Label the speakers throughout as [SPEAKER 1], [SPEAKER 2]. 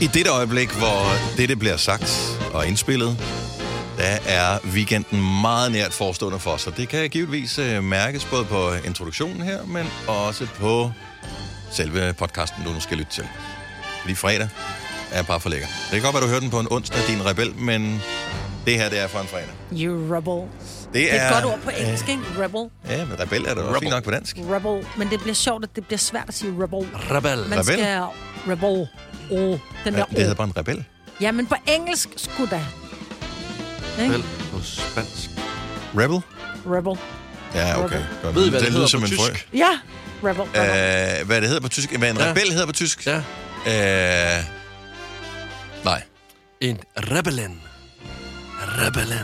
[SPEAKER 1] dette øjeblik, hvor dette bliver sagt og indspillet, der er weekenden meget nært forestående for os, og det kan givetvis øh, mærkes både på introduktionen her, men også på selve podcasten, du nu skal lytte til. Fordi fredag er bare for lækker. Det kan godt være, du hører den på en onsdag, din rebel, men det her, det er fra en fredag.
[SPEAKER 2] You rebel.
[SPEAKER 1] Det
[SPEAKER 2] Det er et
[SPEAKER 1] er-
[SPEAKER 2] godt ord på engelsk, ikke? Rebel.
[SPEAKER 1] Ja, men rebel er da også fint nok på dansk.
[SPEAKER 2] Rebel. Men det bliver sjovt, at det bliver svært at sige rebel.
[SPEAKER 1] Rebel.
[SPEAKER 2] Man
[SPEAKER 1] Rebel?
[SPEAKER 2] skal... Rebel. Oh, den
[SPEAKER 1] Ja,
[SPEAKER 2] der
[SPEAKER 1] det hedder
[SPEAKER 2] O.
[SPEAKER 1] bare en rebel.
[SPEAKER 2] Ja, men på engelsk skulle da.
[SPEAKER 3] Vel på spansk.
[SPEAKER 1] Rebel?
[SPEAKER 2] Rebel.
[SPEAKER 1] Ja, okay.
[SPEAKER 2] Rebel.
[SPEAKER 1] Godt.
[SPEAKER 3] Ved I, hvad det
[SPEAKER 1] lyder
[SPEAKER 3] hedder
[SPEAKER 1] som
[SPEAKER 3] på
[SPEAKER 1] en
[SPEAKER 3] tysk?
[SPEAKER 2] Ja, rebel. rebel.
[SPEAKER 1] Øh, hvad det hedder på tysk? Hvad en
[SPEAKER 3] Ja.
[SPEAKER 1] rebel hedder på tysk?
[SPEAKER 3] Ja.
[SPEAKER 1] Øh, nej.
[SPEAKER 3] En rebellen. Rebellen.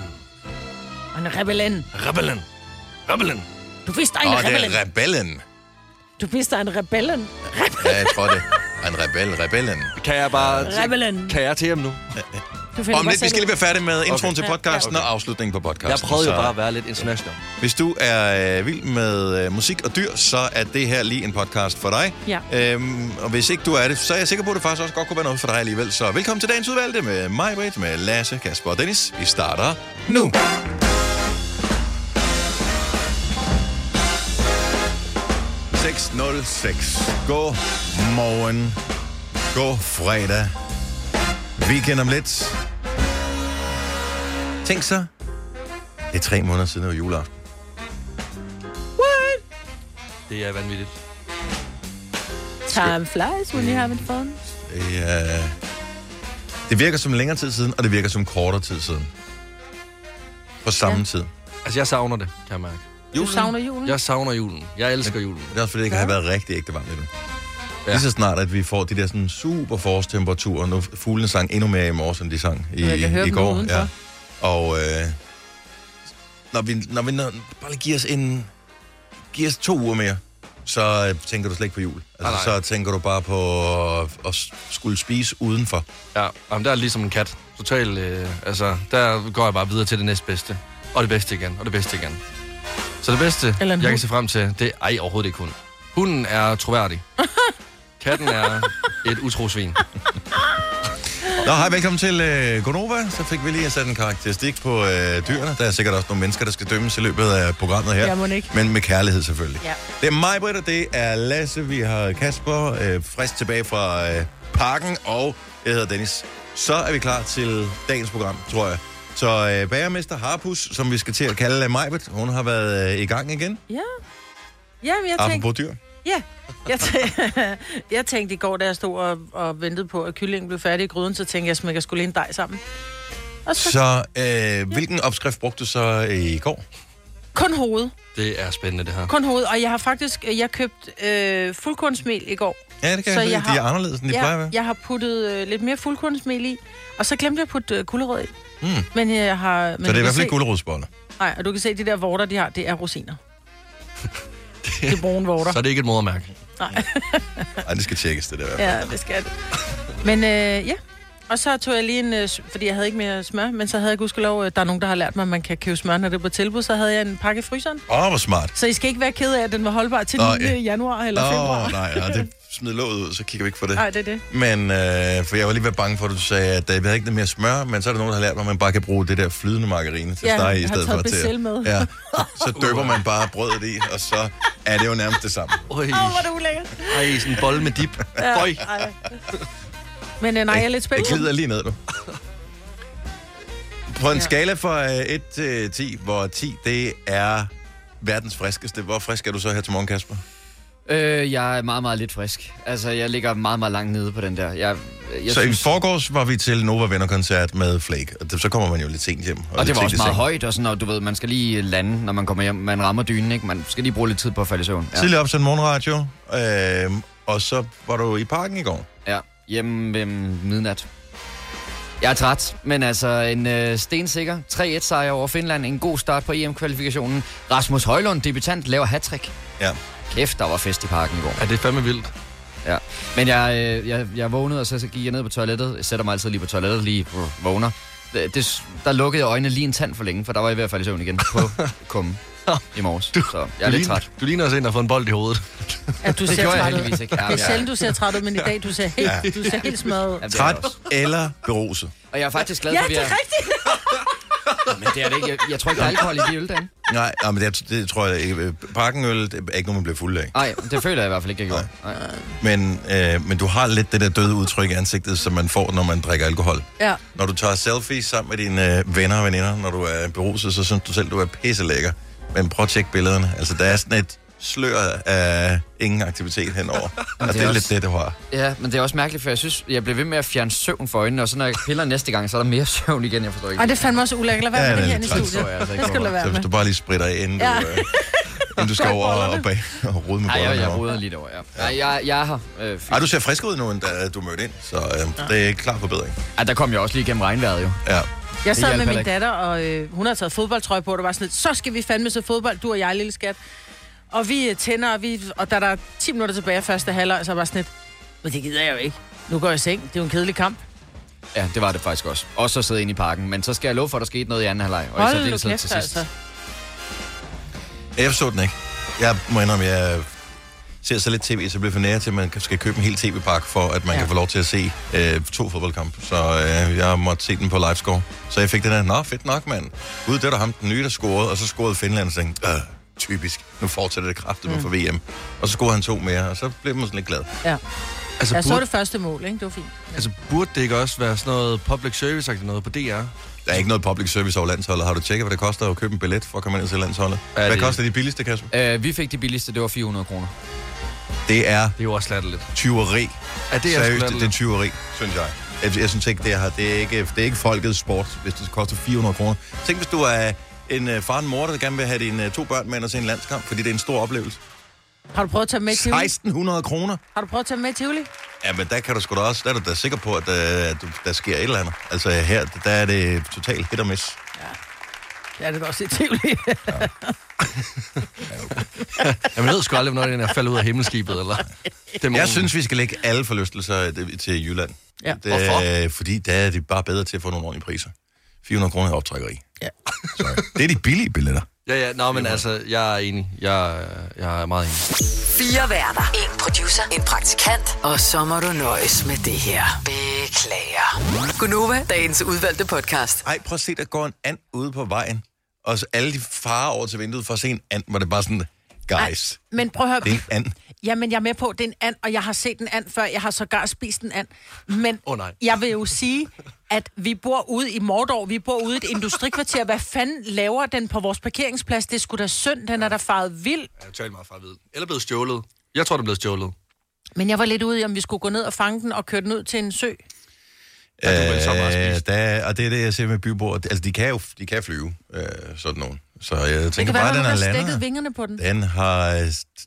[SPEAKER 2] Og en rebellen.
[SPEAKER 3] Rebellen. Rebellen.
[SPEAKER 2] Du vidste dig
[SPEAKER 1] Åh,
[SPEAKER 2] en
[SPEAKER 1] oh, det
[SPEAKER 2] rebellen.
[SPEAKER 1] er rebellen.
[SPEAKER 2] Du vidste dig en rebellen.
[SPEAKER 1] Ja, jeg tror det. En rebel, rebellen. Øh.
[SPEAKER 3] Kan jeg bare...
[SPEAKER 2] Rebellen.
[SPEAKER 3] Kan jeg til ham nu?
[SPEAKER 2] Du finder
[SPEAKER 1] Om lidt,
[SPEAKER 2] bare
[SPEAKER 1] vi
[SPEAKER 2] selv
[SPEAKER 1] skal lige
[SPEAKER 2] ud.
[SPEAKER 1] være færdige med introen
[SPEAKER 3] Okay.
[SPEAKER 1] til
[SPEAKER 2] Ja, ja.
[SPEAKER 1] podcasten og afslutningen på podcasten.
[SPEAKER 3] Jeg prøvede jo
[SPEAKER 1] Så
[SPEAKER 3] bare at være lidt international.
[SPEAKER 1] Hvis du er øh, vild med øh, musik og dyr, så er det her lige en podcast for dig.
[SPEAKER 2] Ja.
[SPEAKER 1] Øhm, og hvis ikke du er det, så er jeg sikker på, at det faktisk også godt kunne være noget for dig alligevel. Så velkommen til dagens udvalgte med mig, Britt, med Lasse, Kasper og Dennis. Vi starter nu. ...6.06. God morgen. God fredag. Weekend om lidt. Tænk så. Det er tre måneder siden, det var juleaften.
[SPEAKER 3] Det er vanvittigt.
[SPEAKER 2] Time flies when you having fun.
[SPEAKER 1] Det, er- det virker som længere tid siden, og det virker som kortere tid siden. På samme ja. tid.
[SPEAKER 3] Altså, jeg savner det, kan jeg mærke.
[SPEAKER 2] Du savner julen.
[SPEAKER 3] Jeg savner julen. Jeg elsker julen.
[SPEAKER 1] Det er også fordi, det kan have været rigtig ægte varmt endnu. Ja.
[SPEAKER 3] Ja.
[SPEAKER 1] Lige så snart, at vi får de der sådan super forårstemperaturer. Nu fuglene sang endnu mere i morges, end de sang i,
[SPEAKER 2] jeg kan
[SPEAKER 1] i
[SPEAKER 2] høre dem
[SPEAKER 1] går.
[SPEAKER 2] udenfor.
[SPEAKER 1] Og øh, når vi, når vi når, bare lige giver os, en, giver os to uger mere, så øh, tænker du slet ikke på jul. Altså,
[SPEAKER 3] nej.
[SPEAKER 1] så tænker du bare på at, at skulle spise udenfor.
[SPEAKER 3] Ja, jamen, der er ligesom en kat. Total, øh, altså, der går jeg bare videre til det næstbedste. Og det bedste igen, og det bedste igen. Så det bedste,
[SPEAKER 2] Eller en
[SPEAKER 3] jeg kan
[SPEAKER 2] hund.
[SPEAKER 3] se frem til, det er ej, overhovedet ikke hund. Hunden er troværdig. Katten er et utrosvin.
[SPEAKER 1] Nå, hej, velkommen til øh, Gonova. Så fik vi lige sat en karakteristik på øh, dyrene. Der er sikkert også nogle mennesker, der skal dømmes i løbet af programmet her.
[SPEAKER 2] Ja, mon ikke.
[SPEAKER 1] Men med kærlighed selvfølgelig.
[SPEAKER 2] Ja.
[SPEAKER 1] Det er mig, Britt, og det er Lasse. Vi har Kasper øh, frisk tilbage fra øh, parken, og jeg hedder Dennis. Så er vi klar til dagens program, tror jeg. Så øh, bagermester Harpus, som vi skal til at kalde øh, Majbet, hun har været øh, i gang igen.
[SPEAKER 2] Ja. Jamen, jeg tænkte...
[SPEAKER 1] Apropos dyr.
[SPEAKER 2] Ja, jeg, tæ- jeg tænkte i går, da jeg stod og, og ventede på, at kyllingen blev færdig i gryden, så tænkte jeg, at jeg smækker skulle lige en dej sammen. Og så, så...
[SPEAKER 1] Så øh, hvilken opskrift brugte du så øh, i går?
[SPEAKER 2] kun hovedet.
[SPEAKER 3] Det er spændende, det her.
[SPEAKER 2] Kun hovedet. Og jeg har faktisk jeg købt øh, fuldkornsmel i går.
[SPEAKER 1] Ja, det kan
[SPEAKER 2] Så
[SPEAKER 1] jeg, jeg
[SPEAKER 2] jeg
[SPEAKER 1] De er
[SPEAKER 2] har-
[SPEAKER 1] anderledes, end de plejer at
[SPEAKER 2] jeg,
[SPEAKER 1] være.
[SPEAKER 2] jeg har puttet øh, lidt mere fuldkornsmel i, og så glemte jeg at putte øh, gulerød i. Mm.
[SPEAKER 1] Hmm.
[SPEAKER 2] Men jeg har... Men
[SPEAKER 1] Så det er i hvert fald ikke
[SPEAKER 2] gulerød.
[SPEAKER 1] gulerodsboller.
[SPEAKER 2] Nej, og du kan se, de der vorter, de har, det er rosiner. det er brune vorter.
[SPEAKER 3] Så er det ikke et modermærke.
[SPEAKER 1] Ej, det skal tjekkes, det der. Ja.
[SPEAKER 2] Ja, det skal det. Men øh, ja, og så tog jeg lige en, øh, s- fordi jeg havde ikke mere smør, men så havde jeg gudskelov, øh, der er nogen, der har lært mig, at man kan købe smør, når det er på tilbud, så havde jeg en pakke i fryseren.
[SPEAKER 1] Åh, hvor smart.
[SPEAKER 2] Så I skal ikke være ked af, at den var holdbar til
[SPEAKER 1] Nå,
[SPEAKER 2] den 9.
[SPEAKER 1] ja.
[SPEAKER 2] januar eller
[SPEAKER 1] Åh,
[SPEAKER 2] februar.
[SPEAKER 1] nej, ja, det smid låget ud, så kigger vi ikke på det.
[SPEAKER 2] Nej, det er det.
[SPEAKER 1] Men, øh, for jeg var lige ved bange for, at du sagde, at øh, vi havde ikke noget mere smør, men så er der nogen, der har lært mig, at man bare kan bruge det der flydende margarine til
[SPEAKER 2] Ja,
[SPEAKER 1] at stege i
[SPEAKER 2] jeg har
[SPEAKER 1] stedet for
[SPEAKER 2] taget
[SPEAKER 1] til.
[SPEAKER 2] Becel med.
[SPEAKER 1] Ja, så døber man bare brødet i, og så er det jo nærmest det samme.
[SPEAKER 3] Øj,
[SPEAKER 2] Åh, hvor er det ulækkert.
[SPEAKER 3] ej, sådan en bolle med dip. Øj.
[SPEAKER 2] Ej. Men øh, nej, jeg er lidt
[SPEAKER 1] Jeg
[SPEAKER 2] spændt.
[SPEAKER 1] glider lige ned nu. På en ja.
[SPEAKER 2] Ja.
[SPEAKER 1] skala fra 1 til 10, hvor 10 det er verdens friskeste. Hvor frisk er du så her til morgen, Kasper?
[SPEAKER 4] Øh, jeg er meget, meget lidt frisk. Altså, jeg ligger meget, meget langt nede på den der. Jeg, jeg
[SPEAKER 1] så i forgårs var vi til Nova Venner-koncert med Flake, og det- så kommer man jo lidt sent hjem.
[SPEAKER 4] og
[SPEAKER 1] lidt
[SPEAKER 4] det var
[SPEAKER 1] sent
[SPEAKER 4] også
[SPEAKER 1] i
[SPEAKER 4] meget
[SPEAKER 1] seng.
[SPEAKER 4] højt, og sådan, og du ved, man skal lige lande, når man kommer hjem. Man rammer dynen, ikke? Man skal lige bruge lidt tid på at falde i søvn. Ja.
[SPEAKER 1] Tidligere op til en morgenradio, øh, og så var du i parken i går.
[SPEAKER 4] ja. Hjemme ved midnat. Jeg er træt, men altså en øh, stensikker 3-1-sejr over Finland. En god start på EM-kvalifikationen. Rasmus Højlund, debutant, laver hattrick.
[SPEAKER 1] Ja.
[SPEAKER 4] Kæft, der var fest i parken i går.
[SPEAKER 3] Ja, det er fandme vildt.
[SPEAKER 4] Ja. Men jeg, øh, jeg, jeg vågnede, og så, så gik jeg ned på toilettet. Jeg sætter mig altid lige på toilettet, lige uh, vågner. Det, det, der lukkede jeg øjnene lige en tand for længe, for der var jeg i hvert fald i søvn igen på kummen. i morges. Så jeg er
[SPEAKER 3] du
[SPEAKER 4] lidt
[SPEAKER 3] ligner-
[SPEAKER 4] træt.
[SPEAKER 3] Du ligner også en, der har fået en bold i hovedet.
[SPEAKER 2] At du
[SPEAKER 4] Det
[SPEAKER 2] ser
[SPEAKER 4] gjorde jeg
[SPEAKER 2] træt ud.
[SPEAKER 4] heldigvis ikke. Ja,
[SPEAKER 2] Det er
[SPEAKER 4] ja.
[SPEAKER 2] sjældent, du ser træt ud, men i dag, du ser helt, du ser helt smadret.
[SPEAKER 4] Jamen,
[SPEAKER 2] ud.
[SPEAKER 4] det er jeg
[SPEAKER 1] Træt
[SPEAKER 4] også.
[SPEAKER 1] eller beruset?
[SPEAKER 4] Og jeg er faktisk glad
[SPEAKER 2] Ja,
[SPEAKER 4] for, at vi
[SPEAKER 2] det er
[SPEAKER 4] er...
[SPEAKER 2] rigtigt.
[SPEAKER 4] Men det er det ikke. Jeg, jeg tror ikke, der er alkohol i de øl derinde.
[SPEAKER 1] Nej, nej, men det, det tror jeg øh, ikke. Parkenøl det er ikke noget, man bliver fuld af.
[SPEAKER 4] Nej, det føler jeg i hvert fald ikke, jeg gjorde. Nej.
[SPEAKER 1] Men, øh, men du har lidt det der døde udtryk i ansigtet, som man får, når man drikker alkohol.
[SPEAKER 2] Ja.
[SPEAKER 1] Når du tager selfies sammen med dine øh, venner og veninder, når du er beruset, så synes du selv, du er pisselækker. Men prøv at tjekke billederne. Altså, der er sådan et slør af ingen aktivitet henover. Og det er
[SPEAKER 4] også-
[SPEAKER 1] lidt det, du har.
[SPEAKER 4] Ja, men det er også mærkeligt, for jeg synes, jeg bliver ved med at fjerne søvn for øjnene, og så når jeg piller næste gang, så er der mere søvn igen, jeg forstår ikke.
[SPEAKER 2] Ej, det fandt mig også ulækkert. Lad være
[SPEAKER 1] Ja,
[SPEAKER 2] med
[SPEAKER 1] det
[SPEAKER 2] det
[SPEAKER 1] er
[SPEAKER 2] her i
[SPEAKER 1] lidt træls,
[SPEAKER 2] studiet.
[SPEAKER 4] tror jeg altså ikke,
[SPEAKER 2] Det skal du lade
[SPEAKER 1] Så
[SPEAKER 2] være
[SPEAKER 1] hvis
[SPEAKER 2] med.
[SPEAKER 1] du bare lige spritter af, inden,
[SPEAKER 2] Ja.
[SPEAKER 1] du, øh, inden du skal over og, bag, og rode med
[SPEAKER 4] Nej, jeg,
[SPEAKER 1] bollerne.
[SPEAKER 4] jeg
[SPEAKER 1] over.
[SPEAKER 4] roder lidt over, ja. Nej, jeg, jeg er her. Øh, fy-
[SPEAKER 1] Ej, du ser frisk ud nu, end da du mødte ind, så øh, det er klar forbedring.
[SPEAKER 4] Ej, der kom jeg også lige igennem regnvejret, jo.
[SPEAKER 1] Ja.
[SPEAKER 2] Jeg sad
[SPEAKER 4] hjalp
[SPEAKER 2] med
[SPEAKER 4] heller
[SPEAKER 2] min
[SPEAKER 4] ikke.
[SPEAKER 2] datter, og øh, hun har taget fodboldtrøje på, og det var sådan lidt, så skal vi fandme se fodbold, du og jeg, lille skat. Og vi øh, tænder, og, vi, og da der er 10 minutter tilbage af første halvleg, så var jeg sådan lidt, men det gider jeg jo ikke. Nu går jeg i seng. Det er jo en kedelig kamp.
[SPEAKER 4] Ja, det var det faktisk også. Og så sidde inde i parken, men så skal jeg love for, at der skete noget i anden halvleg. Og i
[SPEAKER 2] Hold nu
[SPEAKER 4] særdeleshed
[SPEAKER 2] kæft, altså.
[SPEAKER 1] Jeg så den ikke. Jeg må indrømme, jeg ser så lidt tv, så jeg bliver for nære til, at man skal købe en hel tv-pakke, for at man
[SPEAKER 2] Ja.
[SPEAKER 1] ja. kan få lov til at se øh, to fodboldkampe. Så øh, jeg måtte se den på livescore. Så jeg fik den der, nå fedt nok, mand. Gud, det var da ham, den nye, der scorede, og så scorede Finland, og så tænkte, jeg, øh, typisk, nu fortsætter det kraftigt mm. for VM. Og så scorede han to mere, og så blev man sådan lidt glad.
[SPEAKER 2] Ja.
[SPEAKER 3] Altså,
[SPEAKER 2] Jeg så
[SPEAKER 3] burde,
[SPEAKER 2] det første mål, ikke? Det var fint.
[SPEAKER 3] altså, burde det ikke også være sådan noget public service noget på DR? Ja,
[SPEAKER 1] Der er ikke noget public service over landsholdet. Har du tjekket, hvad det koster at købe en billet for at komme ind og se landsholdet?
[SPEAKER 3] Ja,
[SPEAKER 1] Hvad
[SPEAKER 3] det-
[SPEAKER 1] koster de billigste, Kasper?
[SPEAKER 4] Øh, vi fik det billigste, det var 400 kroner.
[SPEAKER 1] Det er
[SPEAKER 3] Det er jo også latterligt.
[SPEAKER 1] tyveri.
[SPEAKER 3] Ja, det er sgu
[SPEAKER 1] Seriøst, det, det er
[SPEAKER 3] latterligt.
[SPEAKER 1] tyveri, synes jeg. Jeg, jeg synes ikke, det, her, det, er ikke, det er ikke folkets sport, hvis det koster 400 kroner. Tænk, hvis du er en øh, far og en mor, der gerne vil have dine øh, to børn med ind og se en landskamp, fordi det er en stor oplevelse.
[SPEAKER 2] Har du prøvet at tage med i Tivoli?
[SPEAKER 1] 1600 kroner?
[SPEAKER 2] Har du prøvet at tage med i Tivoli?
[SPEAKER 1] Ja, men der kan du sgu da også, der er du da sikker på, at der, at du- der sker et eller andet. Altså her, der er det totalt hit og miss.
[SPEAKER 2] Ja, det var også i Tivoli.
[SPEAKER 3] Jamen, jeg ved sgu aldrig, hvornår den er faldet ud af himmelskibet, eller... Dæmonen.
[SPEAKER 1] Jeg synes, vi skal lægge alle forlystelser øh, til Jylland.
[SPEAKER 2] Ja.
[SPEAKER 1] Det, Hvorfor? Fordi der er det bare bedre til at få nogle ordentlige priser. 400 kroner er optrækkeri.
[SPEAKER 2] Ja.
[SPEAKER 1] Sorry. Det er de billige billetter.
[SPEAKER 3] Ja, ja, nå, men altså, jeg er enig. Jeg, jeg er meget enig.
[SPEAKER 5] Fire værter. En producer. En praktikant. Og så må du nøjes med det her. Beklager. Gunova, dagens udvalgte podcast.
[SPEAKER 1] Ej, prøv at se, der går en and ude på vejen. Og så alle de farer over til vinduet for at se en and, hvor det bare sådan, guys, Ej.
[SPEAKER 2] Men prøv at høre.
[SPEAKER 1] det er en and.
[SPEAKER 2] Jamen, jeg er med på, det er en and, og jeg har set en and før. Jeg har sågar spist en and. Men
[SPEAKER 3] Åh, nej.
[SPEAKER 2] jeg vil jo sige, at vi bor ude i Mordor, vi bor ude i et industrikvarter. Hvad fanden laver den på vores parkeringsplads? Det er sgu da synd, den er da faret vild.
[SPEAKER 3] Jeg er totalt meget fra ved. Eller blevet stjålet. Jeg tror, det er blevet stjålet.
[SPEAKER 2] Men jeg var lidt ude i, om vi skulle gå ned og fange den og køre den ud til en sø.
[SPEAKER 3] Ja, du er vel så meget
[SPEAKER 1] Øh,
[SPEAKER 3] spist.
[SPEAKER 1] der, og det er det, jeg ser med byboer. Altså, de kan jo de kan flyve, øh, sådan nogen. Så jeg
[SPEAKER 2] Det
[SPEAKER 1] tænker
[SPEAKER 2] kan være,
[SPEAKER 1] bare,
[SPEAKER 2] at
[SPEAKER 1] den
[SPEAKER 2] nogen
[SPEAKER 1] er
[SPEAKER 2] har stikket
[SPEAKER 1] landet.
[SPEAKER 2] vingerne på den.
[SPEAKER 1] Den har øh,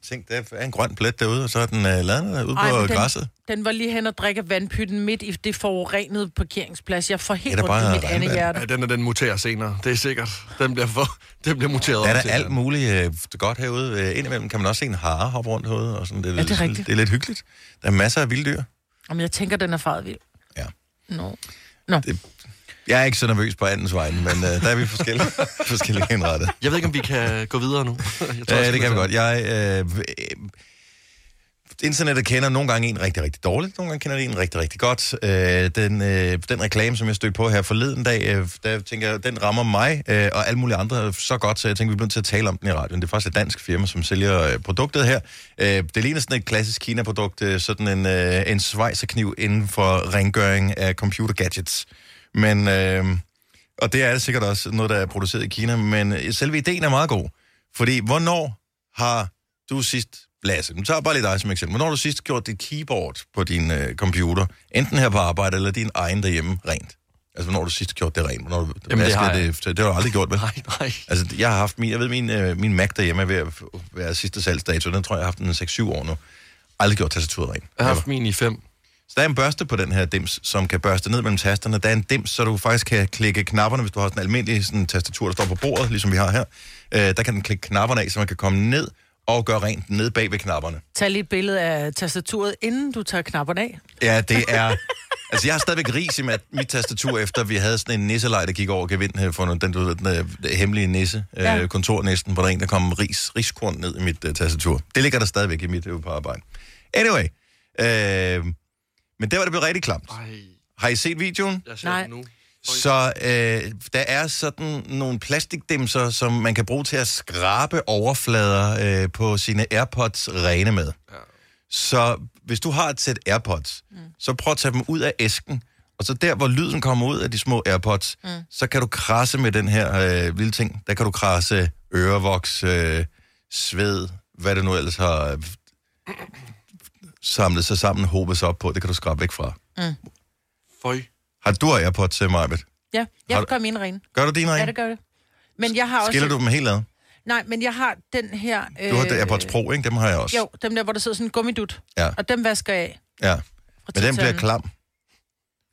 [SPEAKER 1] tænkt, der er en grøn plet derude, og så er den øh, landet ude
[SPEAKER 2] Ej,
[SPEAKER 1] på
[SPEAKER 2] men
[SPEAKER 1] græsset.
[SPEAKER 2] Den, den var lige hen og drikke vandpytten midt i det forurenede parkeringsplads. Jeg får helt
[SPEAKER 1] Ja, der
[SPEAKER 2] rundt
[SPEAKER 1] bare
[SPEAKER 2] i mit
[SPEAKER 1] regnvand.
[SPEAKER 2] andet hjerte.
[SPEAKER 3] Ja, den er den muterer senere. Det er sikkert. Den bliver, for, den bliver muteret.
[SPEAKER 1] Der er
[SPEAKER 3] over
[SPEAKER 1] der
[SPEAKER 3] til
[SPEAKER 1] alt
[SPEAKER 3] den.
[SPEAKER 1] muligt øh, godt herude. Øh, Indimellem kan man også se en hare hoppe rundt herude. Og sådan. Det, er,
[SPEAKER 2] det er
[SPEAKER 1] lidt-
[SPEAKER 2] rigtigt.
[SPEAKER 1] det er lidt hyggeligt. Der er masser af vilddyr.
[SPEAKER 2] Om jeg tænker, den er faret vild.
[SPEAKER 1] Ja.
[SPEAKER 2] No. Nå.
[SPEAKER 1] Det- Jeg er ikke så nervøs på andens vegne, men øh, der er vi forskellige, forskellige indrettet.
[SPEAKER 3] Jeg ved ikke, om vi kan gå videre nu. Jeg
[SPEAKER 1] Ja,
[SPEAKER 3] jeg
[SPEAKER 1] det kan vi
[SPEAKER 3] skal-
[SPEAKER 1] godt. Jeg, øh, øh, internettet kender nogle gange en rigtig, rigtig dårligt, nogle gange kender det en rigtig, rigtig godt. Øh, den, øh, den reklame, som jeg stødte på her forleden dag, øh, der tænker jeg, den rammer mig øh, og alle mulige andre så godt, så jeg tænker, vi bliver nødt til at tale om den i radioen. Det er faktisk et dansk firma, som sælger øh, produktet her. Øh, det ligner sådan et klassisk Kina-produkt, øh, sådan en, øh, en svejserkniv inden for rengøring af computer-gadgets. Men... Øh, og det er det sikkert også noget, der er produceret i Kina, men øh, selve ideen er meget god. Fordi, hvornår har du sidst, Lasse, nu tager jeg bare lige dig som eksempel, hvornår har du sidst gjort dit keyboard på din øh, computer, enten her på arbejde eller din egen derhjemme, rent? Altså, hvornår har du sidst gjort det rent? Hvornår har du
[SPEAKER 3] Jamen, det har
[SPEAKER 1] vasket
[SPEAKER 3] jeg.
[SPEAKER 1] det, det har du aldrig gjort, vel?
[SPEAKER 3] Nej, nej.
[SPEAKER 1] Altså, jeg har haft min, jeg ved, min, øh, min Mac derhjemme er ved at f- være sidste salgsdato, den tror jeg, jeg har haft den i 6-7 år nu. Aldrig gjort tastaturet rent.
[SPEAKER 3] Jeg har haft min i fem.
[SPEAKER 1] Så der er en børste på den her dims, som kan børste ned mellem tasterne. Der er en dims, så du faktisk kan klikke knapperne, hvis du har sådan en almindelig sådan, tastatur, der står på bordet, ligesom vi har her. Øh, der kan den klikke knapperne af, så man kan komme ned og gør rent nede bag ved knapperne.
[SPEAKER 2] Tag lige et billede af tastaturet, inden du tager knapperne af.
[SPEAKER 1] Ja, det er... Altså, jeg har stadigvæk ris i mat, mit tastatur, efter vi havde sådan en nisselej, der gik over gevind her for noget, den, du ved, den, øh, hemmelige nisse, ja.
[SPEAKER 2] Ja.
[SPEAKER 1] øh, kontornæsten, hvor der er en, der kom ris, riskorn ned i mit øh, tastatur. Det ligger der stadigvæk i mit øh, på arbejde. Anyway, øh, men der var det blevet rigtig klamt.
[SPEAKER 3] Ej,
[SPEAKER 1] Har I set videoen?
[SPEAKER 3] jeg ser
[SPEAKER 2] Nej.
[SPEAKER 3] det nu.
[SPEAKER 1] Så øh, der er sådan nogle plastikdimser, som man kan bruge til at skrabe overflader øh, på sine AirPods rene med.
[SPEAKER 3] Ja.
[SPEAKER 1] Så hvis du har et sæt AirPods, mm. så prøv at tage dem ud af æsken, og så der, hvor lyden kommer ud af de små AirPods, mm. så kan du krasse med den her øh, lille ting. Der kan du krasse ørevoks, øh, sved, hvad det nu ellers har øh, samlet sig sammen, hobet sig op på. Det kan du skrabe væk fra.
[SPEAKER 2] Mm.
[SPEAKER 3] Føj.
[SPEAKER 1] Har du AirPods til mig,
[SPEAKER 2] Ja,
[SPEAKER 1] Har
[SPEAKER 2] jeg
[SPEAKER 1] du-
[SPEAKER 2] gør mine rene.
[SPEAKER 1] Gør du din
[SPEAKER 2] Ja,
[SPEAKER 1] ren?
[SPEAKER 2] det gør det. Men jeg har også...
[SPEAKER 1] Skiller du dem helt ad?
[SPEAKER 2] Nej, men jeg har den her... Øh,
[SPEAKER 1] Du har øh, AirPods Pro, ikke? Dem har jeg også.
[SPEAKER 2] Jo, dem der, hvor der sidder sådan en gummidut.
[SPEAKER 1] Ja.
[SPEAKER 2] Og dem vasker jeg af.
[SPEAKER 1] Ja.
[SPEAKER 2] fra
[SPEAKER 1] Men den
[SPEAKER 2] titanen.
[SPEAKER 1] bliver klam.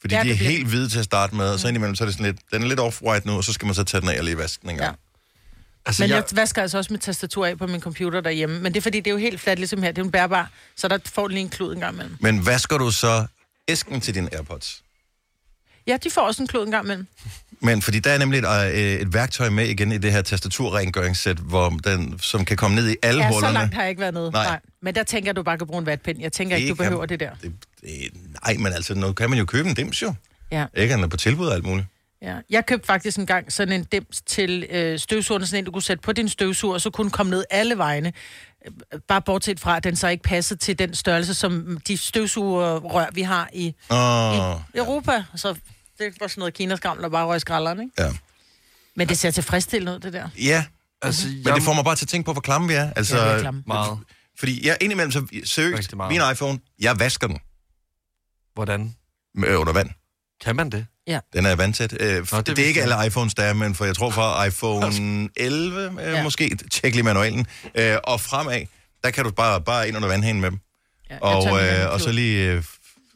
[SPEAKER 1] Fordi ja,
[SPEAKER 2] Ja,
[SPEAKER 1] de er
[SPEAKER 2] det bliver- Mm.
[SPEAKER 1] helt hvide til at starte med, og så indimellem så er det sådan lidt, den er lidt off-white nu, og så skal man så tage den af og lige vaske den en gang.
[SPEAKER 3] Altså,
[SPEAKER 2] Men
[SPEAKER 3] jeg,
[SPEAKER 2] jeg vasker altså også mit tastatur af på min computer derhjemme. Men det er fordi, det er jo helt fladt ligesom her. Det er en bærbar, så der får den lige en klud en gang imellem.
[SPEAKER 1] Ja. Men vasker du så æsken til dine AirPods?
[SPEAKER 2] Ja, de får også en klud en gang imellem.
[SPEAKER 1] Men fordi der er nemlig et, øh, et værktøj med igen i det her tastaturrengøringssæt, hvor den, som kan komme ned i alle
[SPEAKER 2] Ja, så
[SPEAKER 1] hullerne.
[SPEAKER 2] langt har jeg ikke været nede.
[SPEAKER 1] Nej.
[SPEAKER 2] Men der tænker jeg, du bare kan bruge en vatpind. Jeg tænker
[SPEAKER 1] Det
[SPEAKER 2] ikke, du
[SPEAKER 1] kan-
[SPEAKER 2] behøver det der.
[SPEAKER 1] Det, det, nej, men altså, nu kan man jo købe en dims jo.
[SPEAKER 2] Ja.
[SPEAKER 1] Ikke, han er på tilbud og alt muligt.
[SPEAKER 2] Ja. Jeg købte faktisk en gang sådan en dims til øh, støvsugeren, sådan en, du kunne sætte på din støvsuger, og så kunne den komme ned alle vegne. Øh, Bare bortset fra, at den så ikke passede til den størrelse, som de støvsugerrør, vi har i
[SPEAKER 1] Åh,
[SPEAKER 2] Europa. Så det var sådan noget kinaskram, der bare røg i skralderen, ikke?
[SPEAKER 1] ja.
[SPEAKER 2] Men det ser tilfredsstillende ud, det der.
[SPEAKER 1] Ja,
[SPEAKER 3] altså, jeg,
[SPEAKER 1] Mhm. men det får mig bare til at tænke på, hvor klamme vi er. Altså,
[SPEAKER 2] Ja, vi er klamme.
[SPEAKER 3] meget.
[SPEAKER 1] Fordi jeg indimellem, så seriøst,
[SPEAKER 3] Rigtig meget.
[SPEAKER 1] min iPhone, jeg vasker den
[SPEAKER 3] Hvordan?
[SPEAKER 1] med, under vand.
[SPEAKER 3] Kan man det?
[SPEAKER 1] Den er vandtæt. Øh, Nå, det,
[SPEAKER 3] det
[SPEAKER 1] det er
[SPEAKER 3] vidste
[SPEAKER 1] ikke
[SPEAKER 3] jeg
[SPEAKER 1] alle iPhones, der er, men for jeg tror fra iPhone 11 øh, ja.
[SPEAKER 2] Ja.
[SPEAKER 1] måske, tjek lige manualen, øh, og fremad, der kan du bare, bare ind under vandhanen med dem,
[SPEAKER 2] Ja, jeg
[SPEAKER 1] og,
[SPEAKER 2] tør min anden
[SPEAKER 1] øh, og, så
[SPEAKER 2] klud.
[SPEAKER 1] lige, øh,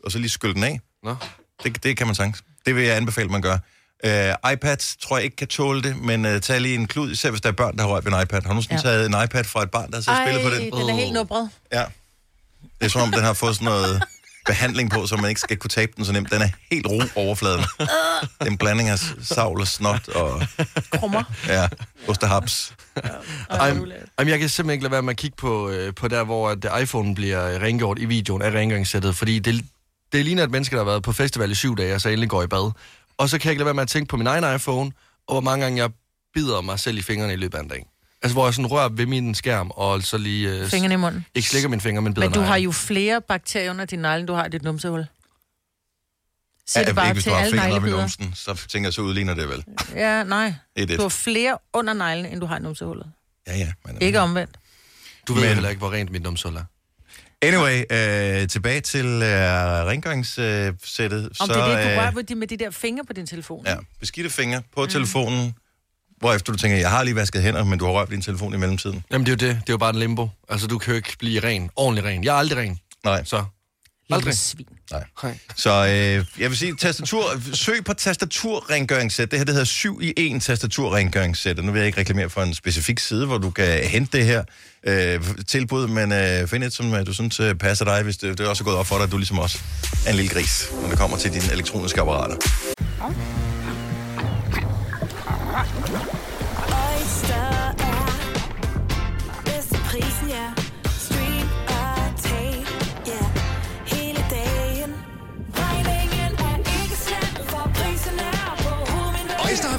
[SPEAKER 1] og så lige skylle den af.
[SPEAKER 3] Nå.
[SPEAKER 1] Det, det kan man sagtens. Det vil jeg anbefale, man gør. Øh, iPads tror jeg ikke kan tåle det, men øh, tag lige en klud, især hvis der er børn, der har rørt ved en iPad. Har du nogensinde
[SPEAKER 2] Ja.
[SPEAKER 1] taget en iPad fra et barn, der har siddet og spillet på den?
[SPEAKER 2] Ej, den er helt nubret.
[SPEAKER 1] Ja. Det er som om, den har fået sådan noget behandling på, så man ikke skal kunne tabe den så nemt. Den er helt ro overfladen. Det er en blanding af savl og snot og
[SPEAKER 2] Krummer.
[SPEAKER 1] ja, ost og haps.
[SPEAKER 2] Og
[SPEAKER 3] Ej, Jamen, jeg kan simpelthen ikke lade være med at kigge på, øh, på der, hvor at iPhone bliver øh, rengjort i videoen af rengøringssættet, fordi det, det ligner et menneske, der har været på festival i syv dage, og så endelig går i bad. Og så kan jeg ikke lade være med at tænke på min egen iPhone, og hvor mange gange jeg bider mig selv i fingrene i løbet af en dag. Altså, hvor jeg sådan rører ved min skærm, og så lige... Øh, s-
[SPEAKER 2] Fingrene i munden.
[SPEAKER 3] Ikke slikker mine fingre, men bider
[SPEAKER 2] Men du
[SPEAKER 3] neglen.
[SPEAKER 2] har jo flere bakterier under din negle, end du har i dit numsehul. Sig
[SPEAKER 1] Ja,
[SPEAKER 2] det bare
[SPEAKER 1] hvis
[SPEAKER 2] til
[SPEAKER 1] du har
[SPEAKER 2] alle
[SPEAKER 1] fingeren op i
[SPEAKER 2] neglebider.
[SPEAKER 1] numsen, så tænker jeg, så udligner det vel.
[SPEAKER 2] Ja, nej.
[SPEAKER 1] Et, et.
[SPEAKER 2] Du har flere under neglen, end du har i numsehullet.
[SPEAKER 1] Ja, ja. Men,
[SPEAKER 2] Ikke omvendt.
[SPEAKER 3] Du ved
[SPEAKER 1] Men-
[SPEAKER 3] men... heller ikke, hvor rent mit numsehul er.
[SPEAKER 1] Anyway, øh, tilbage til øh, rengøringssættet. Øh, sættet.
[SPEAKER 2] Om det er det, du
[SPEAKER 1] øh,
[SPEAKER 2] rører ved de- med de der fingre på din telefon.
[SPEAKER 1] Ja, beskidte fingre på mm. telefonen, hvorefter du tænker, jeg har lige vasket hænder, men du har rørt din telefon i mellemtiden.
[SPEAKER 3] Jamen, det er jo det. Det er jo bare en limbo. Altså, du kan jo ikke blive ren. Ordentlig ren. Jeg er aldrig ren.
[SPEAKER 1] Nej.
[SPEAKER 3] Så...
[SPEAKER 2] Lille
[SPEAKER 3] Aldrig.
[SPEAKER 2] svin.
[SPEAKER 1] Så øh, jeg vil sige, tastatur, søg på tastaturrengøringssæt. Det her det hedder 7 i 1 tastaturrengøringssæt. Og Nu vil jeg ikke reklamere for en specifik side, hvor du kan hente det her øh, tilbud, men øh, find et, som øh, du synes øh, passer dig, hvis det, det er også er gået op for dig, at du ligesom også er en lille gris, når det kommer til dine elektroniske apparater.
[SPEAKER 6] Oyster er bedst til prisen, ja. Stream og tag, ja. Hele dagen. Regningen er ikke slem, for prisen er på hovedet.
[SPEAKER 7] Øjster har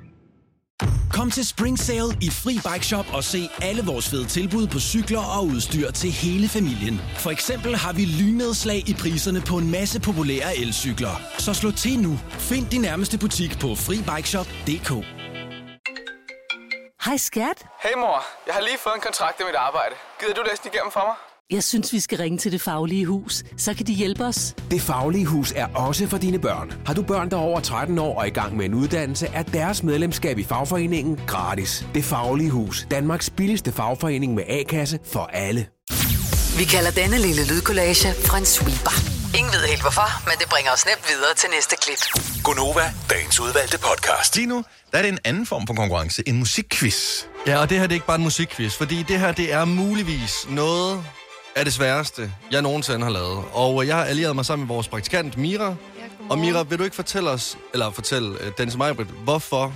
[SPEAKER 8] Kom til Spring Sale i Fri Bike Shop og se alle vores fede tilbud på cykler og udstyr til hele familien. For eksempel har vi lynedslag i priserne på en masse populære elcykler. Så slå til nu. Find din nærmeste butik på FriBikeShop.dk
[SPEAKER 9] Hej skat.
[SPEAKER 10] Hey mor, jeg har lige fået en kontrakt af mit arbejde. Gider du læse den igennem for mig?
[SPEAKER 9] Jeg synes, vi skal ringe til Det Faglige Hus. Så kan de hjælpe os.
[SPEAKER 10] Det Faglige Hus er også for dine børn. Har du børn, der er over 13 år og i gang med en uddannelse, er deres medlemskab i fagforeningen gratis. Det Faglige Hus. Danmarks billigste fagforening med A-kasse for alle.
[SPEAKER 5] Vi kalder denne lille lydkollage en sweeper. Ingen ved helt hvorfor, men det bringer os nemt videre til næste klip.
[SPEAKER 7] Gunova, dagens udvalgte podcast.
[SPEAKER 1] Lige nu, der er det en anden form for konkurrence, en musikquiz.
[SPEAKER 3] Ja, og det her det er ikke bare en musikquiz, fordi det her det er muligvis noget af det sværeste, jeg nogensinde har lavet. Og øh, jeg har allieret mig sammen med vores praktikant, Mira. Ja, og Mira, vil du ikke fortælle os, eller fortælle øh, Dennis Majbrit, hvorfor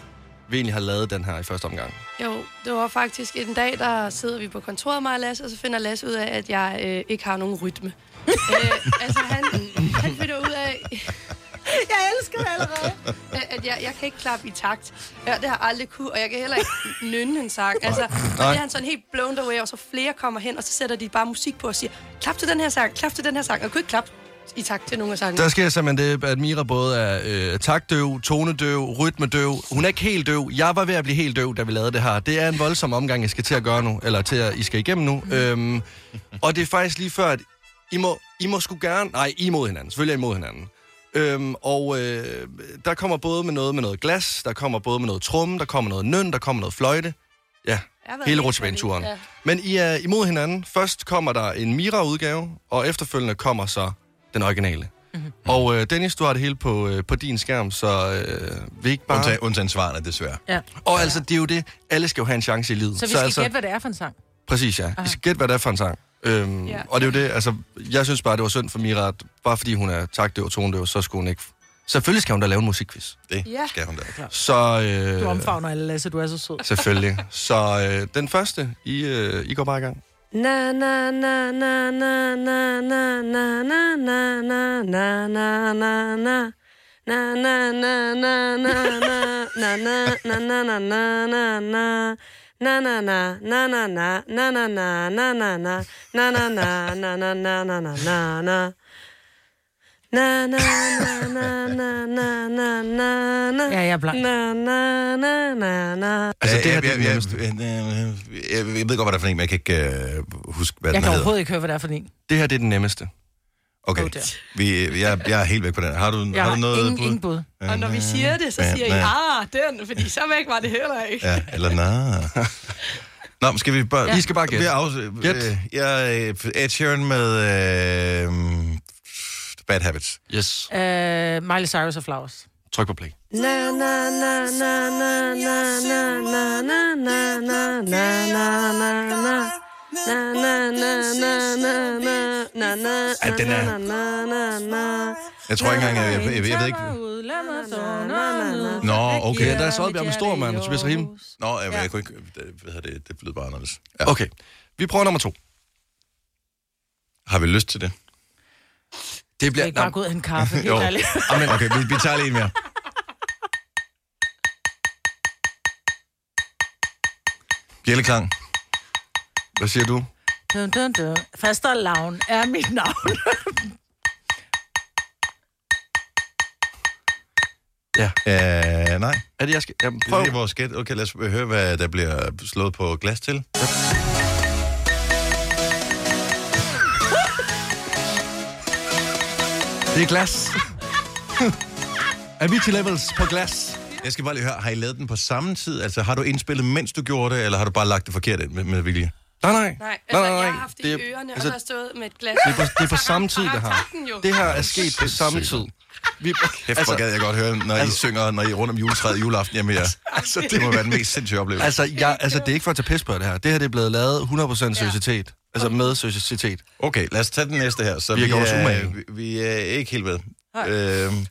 [SPEAKER 3] vi egentlig har lavet den her i første omgang?
[SPEAKER 11] Jo, det var faktisk en dag, der sidder vi på kontoret, mig og Lasse, og så finder Lasse ud af, at jeg øh, ikke har nogen rytme. øh, altså, han, han finder ud af... jeg elsker det allerede. At jeg, jeg kan ikke klappe i takt. Ja, det har jeg aldrig kunne, og jeg kan heller ikke nynne en sang. Altså, og det er han sådan helt blown away, og så flere kommer hen, og så sætter de bare musik på og siger, klap til den her sang, klap til den her sang, og jeg kunne ikke klappe i takt til nogen af sangene.
[SPEAKER 3] Der sker simpelthen det, at Mira både er øh, taktdøv, tonedøv, rytmedøv. Hun er ikke helt døv. Jeg var ved at blive helt døv, da vi lavede det her. Det er en voldsom omgang, jeg skal til at gøre nu, eller til at I skal igennem nu. Mm. Øhm, og det er faktisk lige før, at I må, I må sgu gerne... Nej, I er imod hinanden. Selvfølgelig er I imod hinanden. Øhm, og øh, der kommer både med noget med noget glas, der kommer både med noget tromme, der kommer noget nøn, der kommer noget fløjte. Ja,
[SPEAKER 11] Jeg ved
[SPEAKER 3] hele
[SPEAKER 11] ikke,
[SPEAKER 3] rutsjebaneturen.
[SPEAKER 11] hvad det er.
[SPEAKER 3] Men I er imod hinanden. Først kommer der en Mira-udgave, og efterfølgende kommer så den originale.
[SPEAKER 2] Mhm.
[SPEAKER 3] Mm-hmm. Og øh, Dennis, du har det hele på, øh, på din skærm, så øh, vi ikke bare...
[SPEAKER 1] Undtagen, undtagen svarene, desværre.
[SPEAKER 2] Ja.
[SPEAKER 3] Og altså, det er jo det. Alle skal jo have en chance i livet.
[SPEAKER 2] Så vi skal
[SPEAKER 3] altså,
[SPEAKER 2] altså... gætte, hvad det er for en sang.
[SPEAKER 3] Præcis, ja. I skal gætte, hvad det er for en sang. Øhm,
[SPEAKER 2] Ja.
[SPEAKER 3] ja. Og det er jo det, altså, jeg synes bare, det var synd for Mira, at bare fordi hun er taktdøv og tonedøv, så skulle hun ikke... Selvfølgelig skal hun da lave en musikquiz.
[SPEAKER 1] Det
[SPEAKER 2] Ja.
[SPEAKER 1] skal hun da.
[SPEAKER 3] Så, øh,
[SPEAKER 2] Du omfavner alle, Lasse. Du er så sød.
[SPEAKER 3] Selvfølgelig. Så øh, den første, I, øh, I går bare i gang.
[SPEAKER 6] Na na na na na na na na na na na na na na na Na na na na na na na na na na na na na na Na na na na na na na na na na na na na na na na na na na na na na Na na na na na na na na na
[SPEAKER 2] Ja, jeg er blank.
[SPEAKER 6] Na na na na na
[SPEAKER 1] Altså, det her, jeg, jeg, jeg, jeg, jeg ved godt, hvad der er for en, men jeg kan ikke øh, huske, hvad
[SPEAKER 2] Jeg
[SPEAKER 1] den
[SPEAKER 2] kan
[SPEAKER 1] hedder.
[SPEAKER 2] overhovedet ikke høre, hvad det er for en.
[SPEAKER 3] Det her, det er den nemmeste.
[SPEAKER 1] Okay,
[SPEAKER 2] Åh, der.
[SPEAKER 1] vi, jeg, jeg er helt væk på den. Har du,
[SPEAKER 2] Jeg
[SPEAKER 1] har
[SPEAKER 2] har
[SPEAKER 1] du noget
[SPEAKER 2] ingen, ingen bud.
[SPEAKER 11] Og når vi siger det, så siger I, ah, den, fordi så væk var det heller ikke.
[SPEAKER 1] Ja, eller nej. Nå, men skal vi bare...
[SPEAKER 3] Ja. I skal bare gætte.
[SPEAKER 1] Vi er afs-
[SPEAKER 3] Gæt.
[SPEAKER 1] Øh, jeg er Ed Sheeran med øh, Bad Habits.
[SPEAKER 3] Yes.
[SPEAKER 2] Øh, Miley Cyrus og Flowers.
[SPEAKER 3] Tryk på play.
[SPEAKER 6] Na na na na na na na na na na na na na na na Na na na na na na na na
[SPEAKER 1] Ej, den er-
[SPEAKER 6] na na na na
[SPEAKER 1] Jeg tror ikke engang, jeg, jeg, jeg, jeg ved ikke... Nå, okay.
[SPEAKER 3] Ja, der er Solbjerg med stor mand, Tobias Rahim.
[SPEAKER 1] Nå, jeg, jeg kunne ikke... det- Hvad hedder det? Det lød bare anderledes. Ja.
[SPEAKER 3] Okay, vi prøver nummer to.
[SPEAKER 1] Har vi lyst til det?
[SPEAKER 3] Det
[SPEAKER 2] Jeg
[SPEAKER 3] bliver...
[SPEAKER 2] kan ikke bare gå ud og hente kaffe, helt
[SPEAKER 1] Jo.
[SPEAKER 2] ærligt.
[SPEAKER 1] Amen. Okay, vi, vi tager lige en mere. Bjælleklang.
[SPEAKER 3] hvad siger du?
[SPEAKER 2] Dun, dun, dun. Fasterlavn er mit navn.
[SPEAKER 1] Øh, nej.
[SPEAKER 3] Er det, jeg skal... Jamen,
[SPEAKER 1] Prøv.
[SPEAKER 3] prøv.
[SPEAKER 1] Det er vores gæt. Okay, lad os høre, hvad der bliver slået på glas til.
[SPEAKER 3] Det er glas. Avicii Levels på glas.
[SPEAKER 1] Jeg skal bare lige høre, har I lavet den på samme tid? Altså, har du indspillet, mens du gjorde det, eller har du bare lagt det forkert ind med, med vilje?
[SPEAKER 3] Nej, nej.
[SPEAKER 11] Nej, altså,
[SPEAKER 3] nej, nej,
[SPEAKER 11] jeg har haft det, i ørerne, altså, og så har jeg stået med et glas.
[SPEAKER 3] det er på, det er på samme tid, det her.
[SPEAKER 11] Takten jo.
[SPEAKER 3] Det her er sket på samme tid. Vi,
[SPEAKER 1] Kæft, altså, hvor gad jeg godt høre, når altså, I synger, når I er rundt om juletræet juleaften hjemme her. Altså, det må være den mest sindssyge oplevelse. Altså,
[SPEAKER 3] altså, jeg, altså, det er ikke for at tage pis på det her. Det her det er blevet lavet 100% seriøsitet. Altså med seriøsitet.
[SPEAKER 1] okay, lad os tage den næste her. Så
[SPEAKER 3] Vi
[SPEAKER 1] vi, øh,
[SPEAKER 3] har gjort os
[SPEAKER 1] er,
[SPEAKER 3] umage.
[SPEAKER 1] vi, vi er ikke helt ved. Øhm,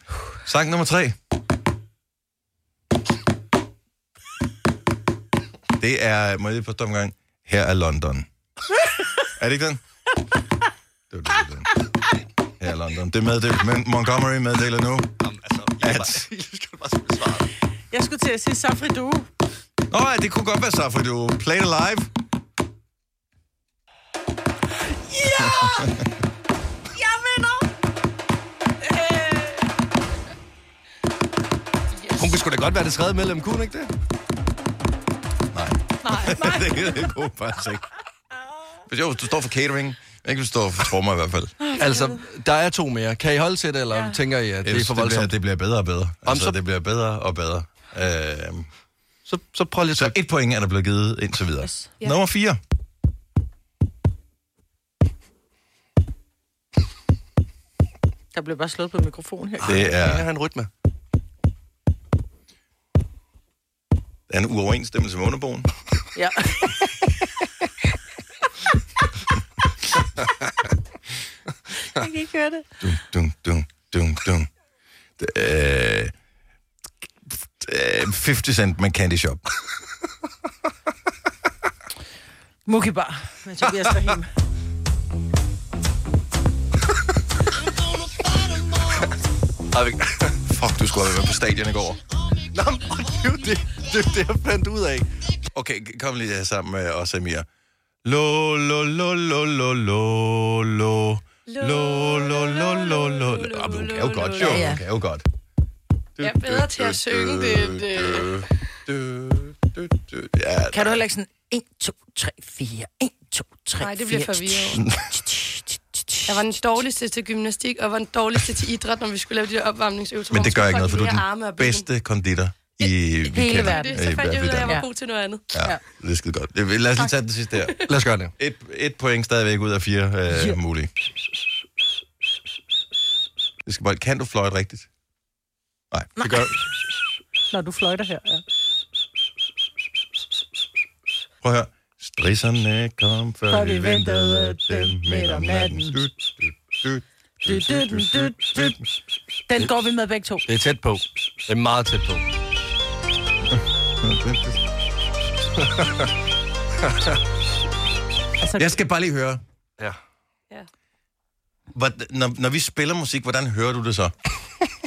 [SPEAKER 1] sang nummer tre. Det er, må jeg lige forstå en gang, her er London. Er det ikke den? Det var det, det, var den. Her er London. Det meddeler, men Montgomery meddeler nu, at...
[SPEAKER 2] Jeg skulle til at sige Safri Due.
[SPEAKER 1] Nå, ja, det kunne godt være så, for du played alive.
[SPEAKER 2] Jeg vinder!
[SPEAKER 11] Øh,
[SPEAKER 3] Hun kunne sgu da godt være det tredje medlem, kunne hun ikke det?
[SPEAKER 1] Nej. Nej, nej. det er det gode faktisk ikke. Hvis jo, hvis du står for catering, Jeg kan stå for trommer i hvert fald.
[SPEAKER 3] Altså, der er to mere. Kan I holde til det, eller ja. tænker I, at
[SPEAKER 1] Jeg
[SPEAKER 3] det er
[SPEAKER 1] synes,
[SPEAKER 3] for
[SPEAKER 1] det bliver,
[SPEAKER 3] voldsomt?
[SPEAKER 1] det bliver bedre og bedre. Altså,
[SPEAKER 3] så-
[SPEAKER 1] så... det bliver bedre og bedre. Øh... Så, så prøv lige Så et point er der blevet givet indtil videre. Yes.
[SPEAKER 6] Ja.
[SPEAKER 1] Nummer 4.
[SPEAKER 2] Der blev bare slået på mikrofonen her.
[SPEAKER 1] Det er-
[SPEAKER 3] Jeg har en rytme.
[SPEAKER 1] Der er en uoverensstemmelse med underboen.
[SPEAKER 2] Ja. Jeg kan ikke høre det.
[SPEAKER 1] Dun, dun, dun, dun. Det, øh... øh, 50 Cent med Candy Shop.
[SPEAKER 2] Mookie Bar med Tobias Rahim.
[SPEAKER 1] Ej, vi- Fuck, du skulle have været på stadion i går.
[SPEAKER 3] Nå, men det er jo det, det, er jo det, jeg fandt ud af.
[SPEAKER 1] Okay, kom lige her sammen med os, Amir. Lo, lo, lo, lo, lo, lo, lo. Lo, lo, lo, lo, lo. Ah, men hun kan jo godt, jo. Hun kan jo godt.
[SPEAKER 11] Jeg er bedre til at synge det end... Øh...
[SPEAKER 1] Ja,
[SPEAKER 2] Kan du heller ikke sådan 1, 2, 3, 4, 1, 2, 3,
[SPEAKER 11] Nej, det bliver
[SPEAKER 2] 4.
[SPEAKER 11] forvirret. Jeg var den dårligste til gymnastik, og var den dårligste til idræt, når vi skulle lave de der opvarmningsøvelser.
[SPEAKER 1] Men
[SPEAKER 11] hvor man
[SPEAKER 1] det gør
[SPEAKER 11] skulle
[SPEAKER 1] ikke noget, for du
[SPEAKER 11] folde de her
[SPEAKER 1] er
[SPEAKER 11] arme og
[SPEAKER 1] den
[SPEAKER 11] ben.
[SPEAKER 1] bedste konditor i vi
[SPEAKER 11] Hele
[SPEAKER 1] kender.
[SPEAKER 11] verden.
[SPEAKER 1] Øh,
[SPEAKER 11] Så
[SPEAKER 1] i hvert
[SPEAKER 11] fandt jeg
[SPEAKER 1] fald
[SPEAKER 11] ud af, at jeg
[SPEAKER 1] Danmark.
[SPEAKER 11] var god til noget andet.
[SPEAKER 1] Ja, det er skide godt. Det- Lad os lige tage den sidste her.
[SPEAKER 3] Lad os gøre det.
[SPEAKER 1] Et, et point stadigvæk ud af fire øh, yeah. mulige. Det skal bare, kan du fløjte rigtigt? Nej, det gør
[SPEAKER 2] Når du fløjter her, ja.
[SPEAKER 1] Prøv at høre. Strisserne kom, før
[SPEAKER 2] Før
[SPEAKER 1] vi
[SPEAKER 2] vi
[SPEAKER 1] ventede
[SPEAKER 2] ventede
[SPEAKER 1] dem midt om natten. Dyt, dyt, dyt,
[SPEAKER 2] Du, du,
[SPEAKER 1] dyt,
[SPEAKER 2] du,
[SPEAKER 1] dyt,
[SPEAKER 2] du,
[SPEAKER 1] dyt.
[SPEAKER 2] du. Den går vi med begge to.
[SPEAKER 3] Det er tæt på. Det er meget tæt på.
[SPEAKER 1] Jeg skal bare lige høre.
[SPEAKER 3] Ja.
[SPEAKER 1] Hvor, når, når vi spiller musik, hvordan hører du det så?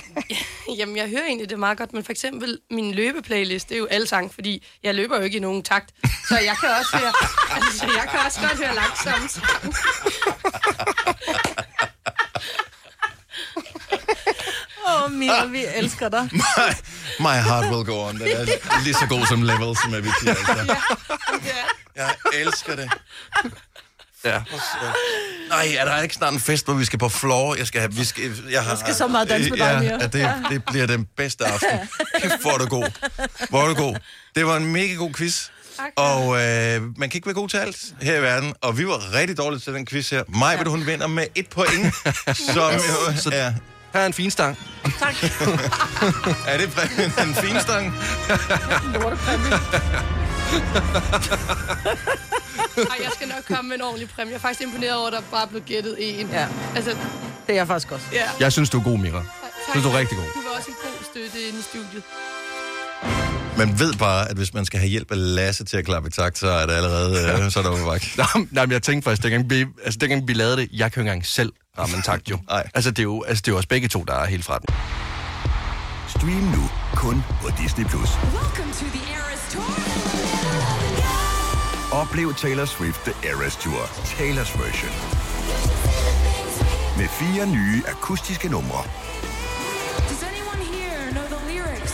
[SPEAKER 11] Jamen, jeg hører egentlig det meget godt, men for eksempel min løbeplaylist, det er jo alle sang, fordi jeg løber jo ikke i nogen takt. Så jeg kan også høre, altså, jeg kan også godt høre langsomme sange.
[SPEAKER 2] Åh, oh, Mia, vi elsker dig.
[SPEAKER 1] My, my heart will go on. Den er lige så god som Levels med Avicii. Altså. Jeg elsker det.
[SPEAKER 3] Ja.
[SPEAKER 1] Nej, er der ikke snart en fest, hvor vi skal på floor? Jeg skal, have, vi skal, jeg har,
[SPEAKER 2] Jeg skal så meget danse med dig, Mia.
[SPEAKER 1] ja, ja, det, det bliver den bedste aften. Kæft, hvor er du god. Hvor er du god. Det var en mega god quiz. Og øh, man kan ikke være god til alt her i verden. Og vi var rigtig dårlige til den quiz her. Maj, ja. hun vinder med et point, som jo
[SPEAKER 3] Så-
[SPEAKER 1] er...
[SPEAKER 3] Her er en fin stang.
[SPEAKER 2] Tak.
[SPEAKER 1] er det præmien? en fin stang?
[SPEAKER 11] Ej, jeg skal nok komme med en ordentlig præmie. Jeg er faktisk imponeret over, at der bare blev gættet en.
[SPEAKER 2] Ja.
[SPEAKER 11] Altså,
[SPEAKER 2] Det er jeg faktisk også.
[SPEAKER 11] ja.
[SPEAKER 3] Jeg synes, du er god, Mira. Jeg synes, du er rigtig god.
[SPEAKER 11] Du var også en god støtte inde i studiet.
[SPEAKER 1] Man ved bare, at hvis man skal have hjælp af Lasse til at klappe i takt, så er det allerede... Øh, så er der overvagt.
[SPEAKER 3] Nej, men- nej, men jeg tænkte faktisk, dengang vi, altså, dengang vi lavede det, jeg kan jo ikke engang selv ramme en takt, jo. Altså, det er jo, altså, det er jo os begge to, der er helt fra den.
[SPEAKER 12] Stream nu kun på Disney+. Plus.
[SPEAKER 6] Welcome to the Eras Tour.
[SPEAKER 12] Oplev Taylor Swift The Eras Tour, Taylor's version. Med fire nye akustiske numre.
[SPEAKER 6] Does anyone here know the lyrics?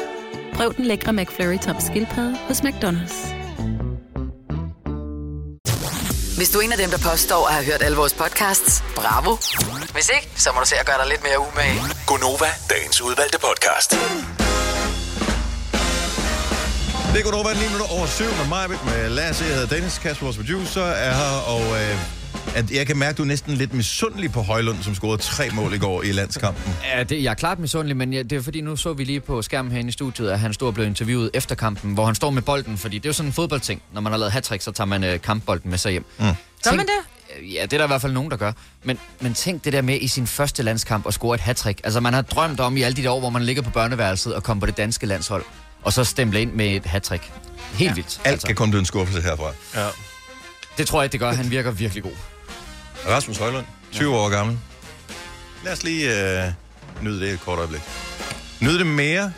[SPEAKER 13] Prøv den lækre McFlurry tom skildpadde hos McDonald's.
[SPEAKER 5] Hvis du er en af dem, der påstår at have hørt alle vores podcasts, bravo. Hvis ikke, så må du se at gøre dig lidt mere umage.
[SPEAKER 2] Mm.
[SPEAKER 7] Gonova, dagens udvalgte podcast.
[SPEAKER 1] Det er Gunova, 9 minutter over 7 med mig, med Lasse, jeg hedder Dennis, Kasper, vores producer, er her, og øh, at jeg kan mærke, at du er næsten lidt misundelig på Højlund, som scorede tre mål i går i landskampen.
[SPEAKER 4] Ja, det, jeg er klart misundelig, men jeg, det er fordi, nu så vi lige på skærmen herinde i studiet, at han stod og blev interviewet efter kampen, hvor han står med bolden, fordi det er jo sådan en fodboldting. Når man har lavet hat så tager man øh, kampbolden med sig hjem. Mm.
[SPEAKER 2] Gør man
[SPEAKER 4] Ja, det er der i hvert fald nogen, der gør. Men, men tænk det der med i sin første landskamp at score et hattrick. Altså, man har drømt om i alle de der år, hvor man ligger på børneværelset og kommer på det danske landshold, og så stemple ind med et hattrick. Helt ja. vildt.
[SPEAKER 1] Alt kan komme til en skuffelse herfra.
[SPEAKER 4] Ja. Det tror jeg, det gør. Han virker virkelig god.
[SPEAKER 1] Rasmus Højlund, 20 år gammel. Lad os lige øh, nyde det et kort øjeblik. Nyde det mere,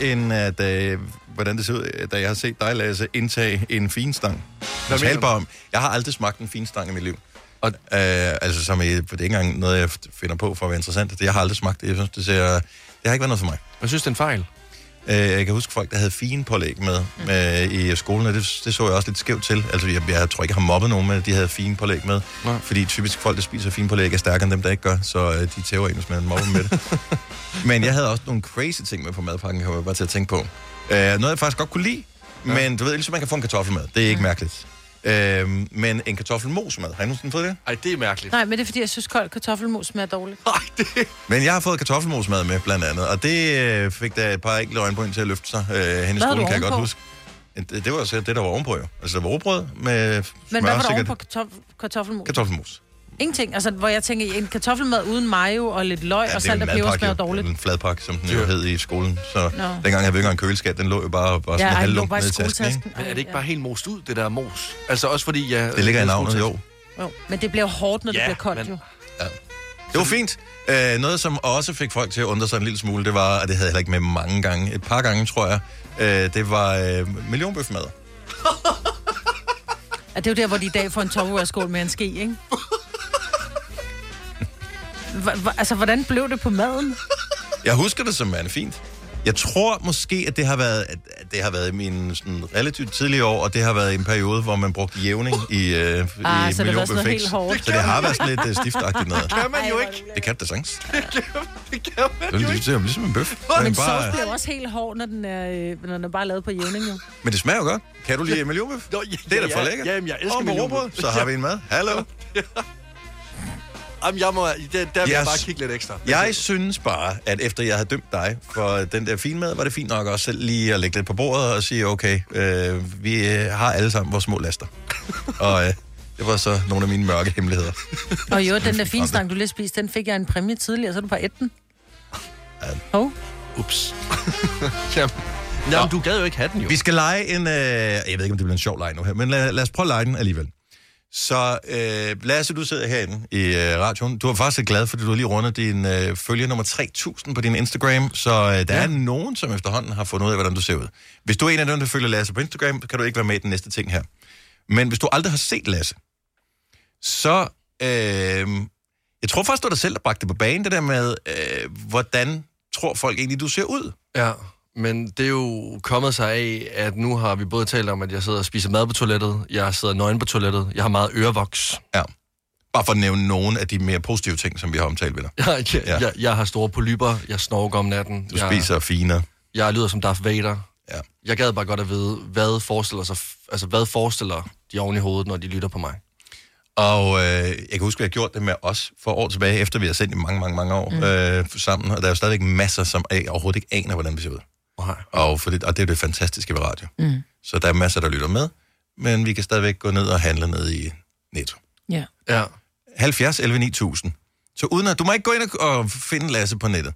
[SPEAKER 1] end at, øh, hvordan det ser ud, øh, da jeg har set dig, Lasse, indtage en finstang.
[SPEAKER 3] Hvad mener
[SPEAKER 1] Tal
[SPEAKER 3] du?
[SPEAKER 1] bare om, jeg har aldrig smagt en finstang i mit liv. Og, øh, altså, som i, det er ikke engang noget, jeg finder på for at være interessant. Det, jeg har aldrig smagt det. Jeg synes, det, ser, det har ikke været noget for mig.
[SPEAKER 3] Jeg synes, det er en fejl.
[SPEAKER 1] Øh, jeg kan huske folk, der havde fine pålæg med øh, i skolen, og det, det så jeg også lidt skævt til. Altså, jeg, jeg tror ikke, jeg har mobbet nogen, men de havde fine pålæg med. Nej. Fordi typisk folk, der spiser fine pålæg, er stærkere end dem, der ikke gør, så øh, de tæver en, hvis man mobber dem med det. men jeg havde også nogle crazy ting med på madpakken, kan jeg bare til at tænke på. Øh, noget, jeg faktisk godt kunne lide, ja. men du ved, ligesom man kan få en kartoffelmad. Det er ikke ja. mærkeligt. Øh, men en kartoffelmosmad, har I nogensinde fået det?
[SPEAKER 3] Nej, det er mærkeligt.
[SPEAKER 2] Nej, men det er fordi, jeg synes, kold kartoffelmos smager dårligt.
[SPEAKER 1] Men jeg har fået kartoffelmosmad med, blandt andet, og det øh, fik da et par enkelte øjenbryn til at løfte sig. Øh, hende i
[SPEAKER 2] havde
[SPEAKER 1] skolen
[SPEAKER 2] du
[SPEAKER 1] kan jeg godt
[SPEAKER 2] ovenpå?
[SPEAKER 1] huske. Det, det var så det, der var ovenpå, jo. Altså, der var rugbrød med
[SPEAKER 2] Men hvad var der oven
[SPEAKER 1] sikkert-
[SPEAKER 2] på kartof- kartoffelmos?
[SPEAKER 1] Kartoffelmos.
[SPEAKER 2] Ingenting. Altså, hvor jeg tænker, en kartoffelmad uden mayo og lidt løg ja, og
[SPEAKER 1] det er
[SPEAKER 2] Altså, salt
[SPEAKER 1] en
[SPEAKER 2] og peber
[SPEAKER 1] madpakke,
[SPEAKER 2] smager
[SPEAKER 1] jo.
[SPEAKER 2] dårligt.
[SPEAKER 1] En fladpakke, som den jo hed i skolen. Så
[SPEAKER 2] Nå.
[SPEAKER 1] dengang havde vi ikke engang køleskab, den lå jo bare, bare
[SPEAKER 2] Ja,
[SPEAKER 1] sådan ja,
[SPEAKER 2] ej, den lå
[SPEAKER 1] halvlungt
[SPEAKER 2] bare i
[SPEAKER 1] ned i tasken.
[SPEAKER 2] skoletasken.
[SPEAKER 1] Ikke?
[SPEAKER 3] Men er det ikke bare helt most ud, det der mos? Altså også fordi, jeg...
[SPEAKER 1] Det ligger i navnet, jo.
[SPEAKER 2] Jo, men det bliver jo hårdt, når ja, det bliver koldt, men... jo.
[SPEAKER 1] Det var fint. Øh, noget, som også fik folk til at undre sig en lille smule, det var, og det havde jeg heller ikke med mange gange, et par gange, tror jeg, øh, det var øh, millionbøfmad.
[SPEAKER 2] Ja, det er jo der, hvor de i dag får en topperware-skål med en ske, ikke? Hva- hva- altså, hvordan blev det på maden?
[SPEAKER 1] Jeg husker det som værende fint. Jeg tror måske, at det har været, at at det har været i mine sådan, relativt tidlige år, og det har været i en periode, hvor man brugte jævning i, øh, ah, i
[SPEAKER 2] Ah, så det var sådan noget
[SPEAKER 1] millionbuffets.
[SPEAKER 2] helt hårdt.
[SPEAKER 1] Så det har været sådan lidt øh, stiftagtigt noget.
[SPEAKER 2] Det kan man jo ikke.
[SPEAKER 1] Det kan det da sagtens. Det kan man det er ligesom, ligesom en bøf.
[SPEAKER 2] Men
[SPEAKER 1] Men,
[SPEAKER 2] sovs
[SPEAKER 1] bare,
[SPEAKER 2] bliver jo også helt hård, når den er, øh, når den er bare lavet på jævning, jo.
[SPEAKER 1] men det smager jo godt. Kan du lide millionbøf?
[SPEAKER 3] Nå, ja,
[SPEAKER 1] Det er da
[SPEAKER 3] ja,
[SPEAKER 1] for
[SPEAKER 3] ja.
[SPEAKER 1] lækkert.
[SPEAKER 3] Jamen, jeg elsker
[SPEAKER 1] Og med
[SPEAKER 3] millionbøf.
[SPEAKER 1] rugbrød, så har vi en mad. Hallo.
[SPEAKER 3] Jamen, jeg må, der, Øh, der vil jeg
[SPEAKER 1] Jeg
[SPEAKER 3] bare
[SPEAKER 1] s-
[SPEAKER 3] kigge lidt ekstra.
[SPEAKER 1] Jeg synes bare, at efter jeg havde dømt dig for den der finmad, var det fint nok også selv lige at lægge lidt på bordet og sige, okay, øh, vi øh, har alle sammen vores små laster. og øh, det var så nogle af mine mørke hemmeligheder.
[SPEAKER 2] Og jo, den der fine stang, du lige spiste, den fik jeg en præmie tidligere, så er du bare etten. Hov.
[SPEAKER 3] Ups. Jamen, jamen du gad jo ikke have den, jo.
[SPEAKER 1] Vi skal lege en... Øh, jeg ved ikke, om det bliver en sjov leg nu her, men lad, lad os prøve at lege den alligevel. Så øh, Lasse, du sidder herinde i øh, radioen. Du er faktisk lidt glad, fordi du har lige rundet din øh, følger nummer 3000 på din Instagram, så øh, der ja. er nogen, som efterhånden har fundet ud af, hvordan du ser ud. Hvis du er en af dem, der følger Lasse på Instagram, kan du ikke være med i den næste ting her. Men hvis du aldrig har set Lasse, så... Øh, jeg tror faktisk, det var dig selv, der bragte det på banen, det der med, øh, hvordan tror folk egentlig, du ser ud?
[SPEAKER 3] Ja, men det er jo kommet sig af, at nu har vi både talt om, at jeg sidder og spiser mad på toilettet, jeg sidder nøgen på toilettet, jeg har meget ørevoks.
[SPEAKER 1] Ja. Bare for at nævne nogle af de mere positive ting, som vi har omtalt ved dig.
[SPEAKER 3] Jeg, jeg,
[SPEAKER 1] Ja.
[SPEAKER 3] ja. jeg, jeg har store polyper, jeg snorker om natten.
[SPEAKER 1] Du
[SPEAKER 3] jeg,
[SPEAKER 1] spiser finere.
[SPEAKER 3] Jeg lyder som Darth Vader.
[SPEAKER 1] Ja.
[SPEAKER 3] Jeg gad bare godt at vide, hvad forestiller, sig, altså, hvad forestiller de oven i hovedet, når de lytter på mig.
[SPEAKER 1] Og øh, jeg kan huske, at jeg har gjort det med os for år tilbage, efter vi har sendt i mange, mange, mange år mm. øh, sammen. Og der er jo stadigvæk masser, som a- overhovedet ikke aner, hvordan vi ser ud.
[SPEAKER 3] Nej.
[SPEAKER 1] Og, for det, og det er jo det fantastiske ved radio.
[SPEAKER 2] Mm.
[SPEAKER 1] Så der er masser, der lytter med, men vi kan stadigvæk gå ned og handle ned i Netto.
[SPEAKER 2] Ja.
[SPEAKER 3] Ja.
[SPEAKER 1] 70 11 9000. Så uden at, du må ikke gå ind og, og finde Lasse på nettet.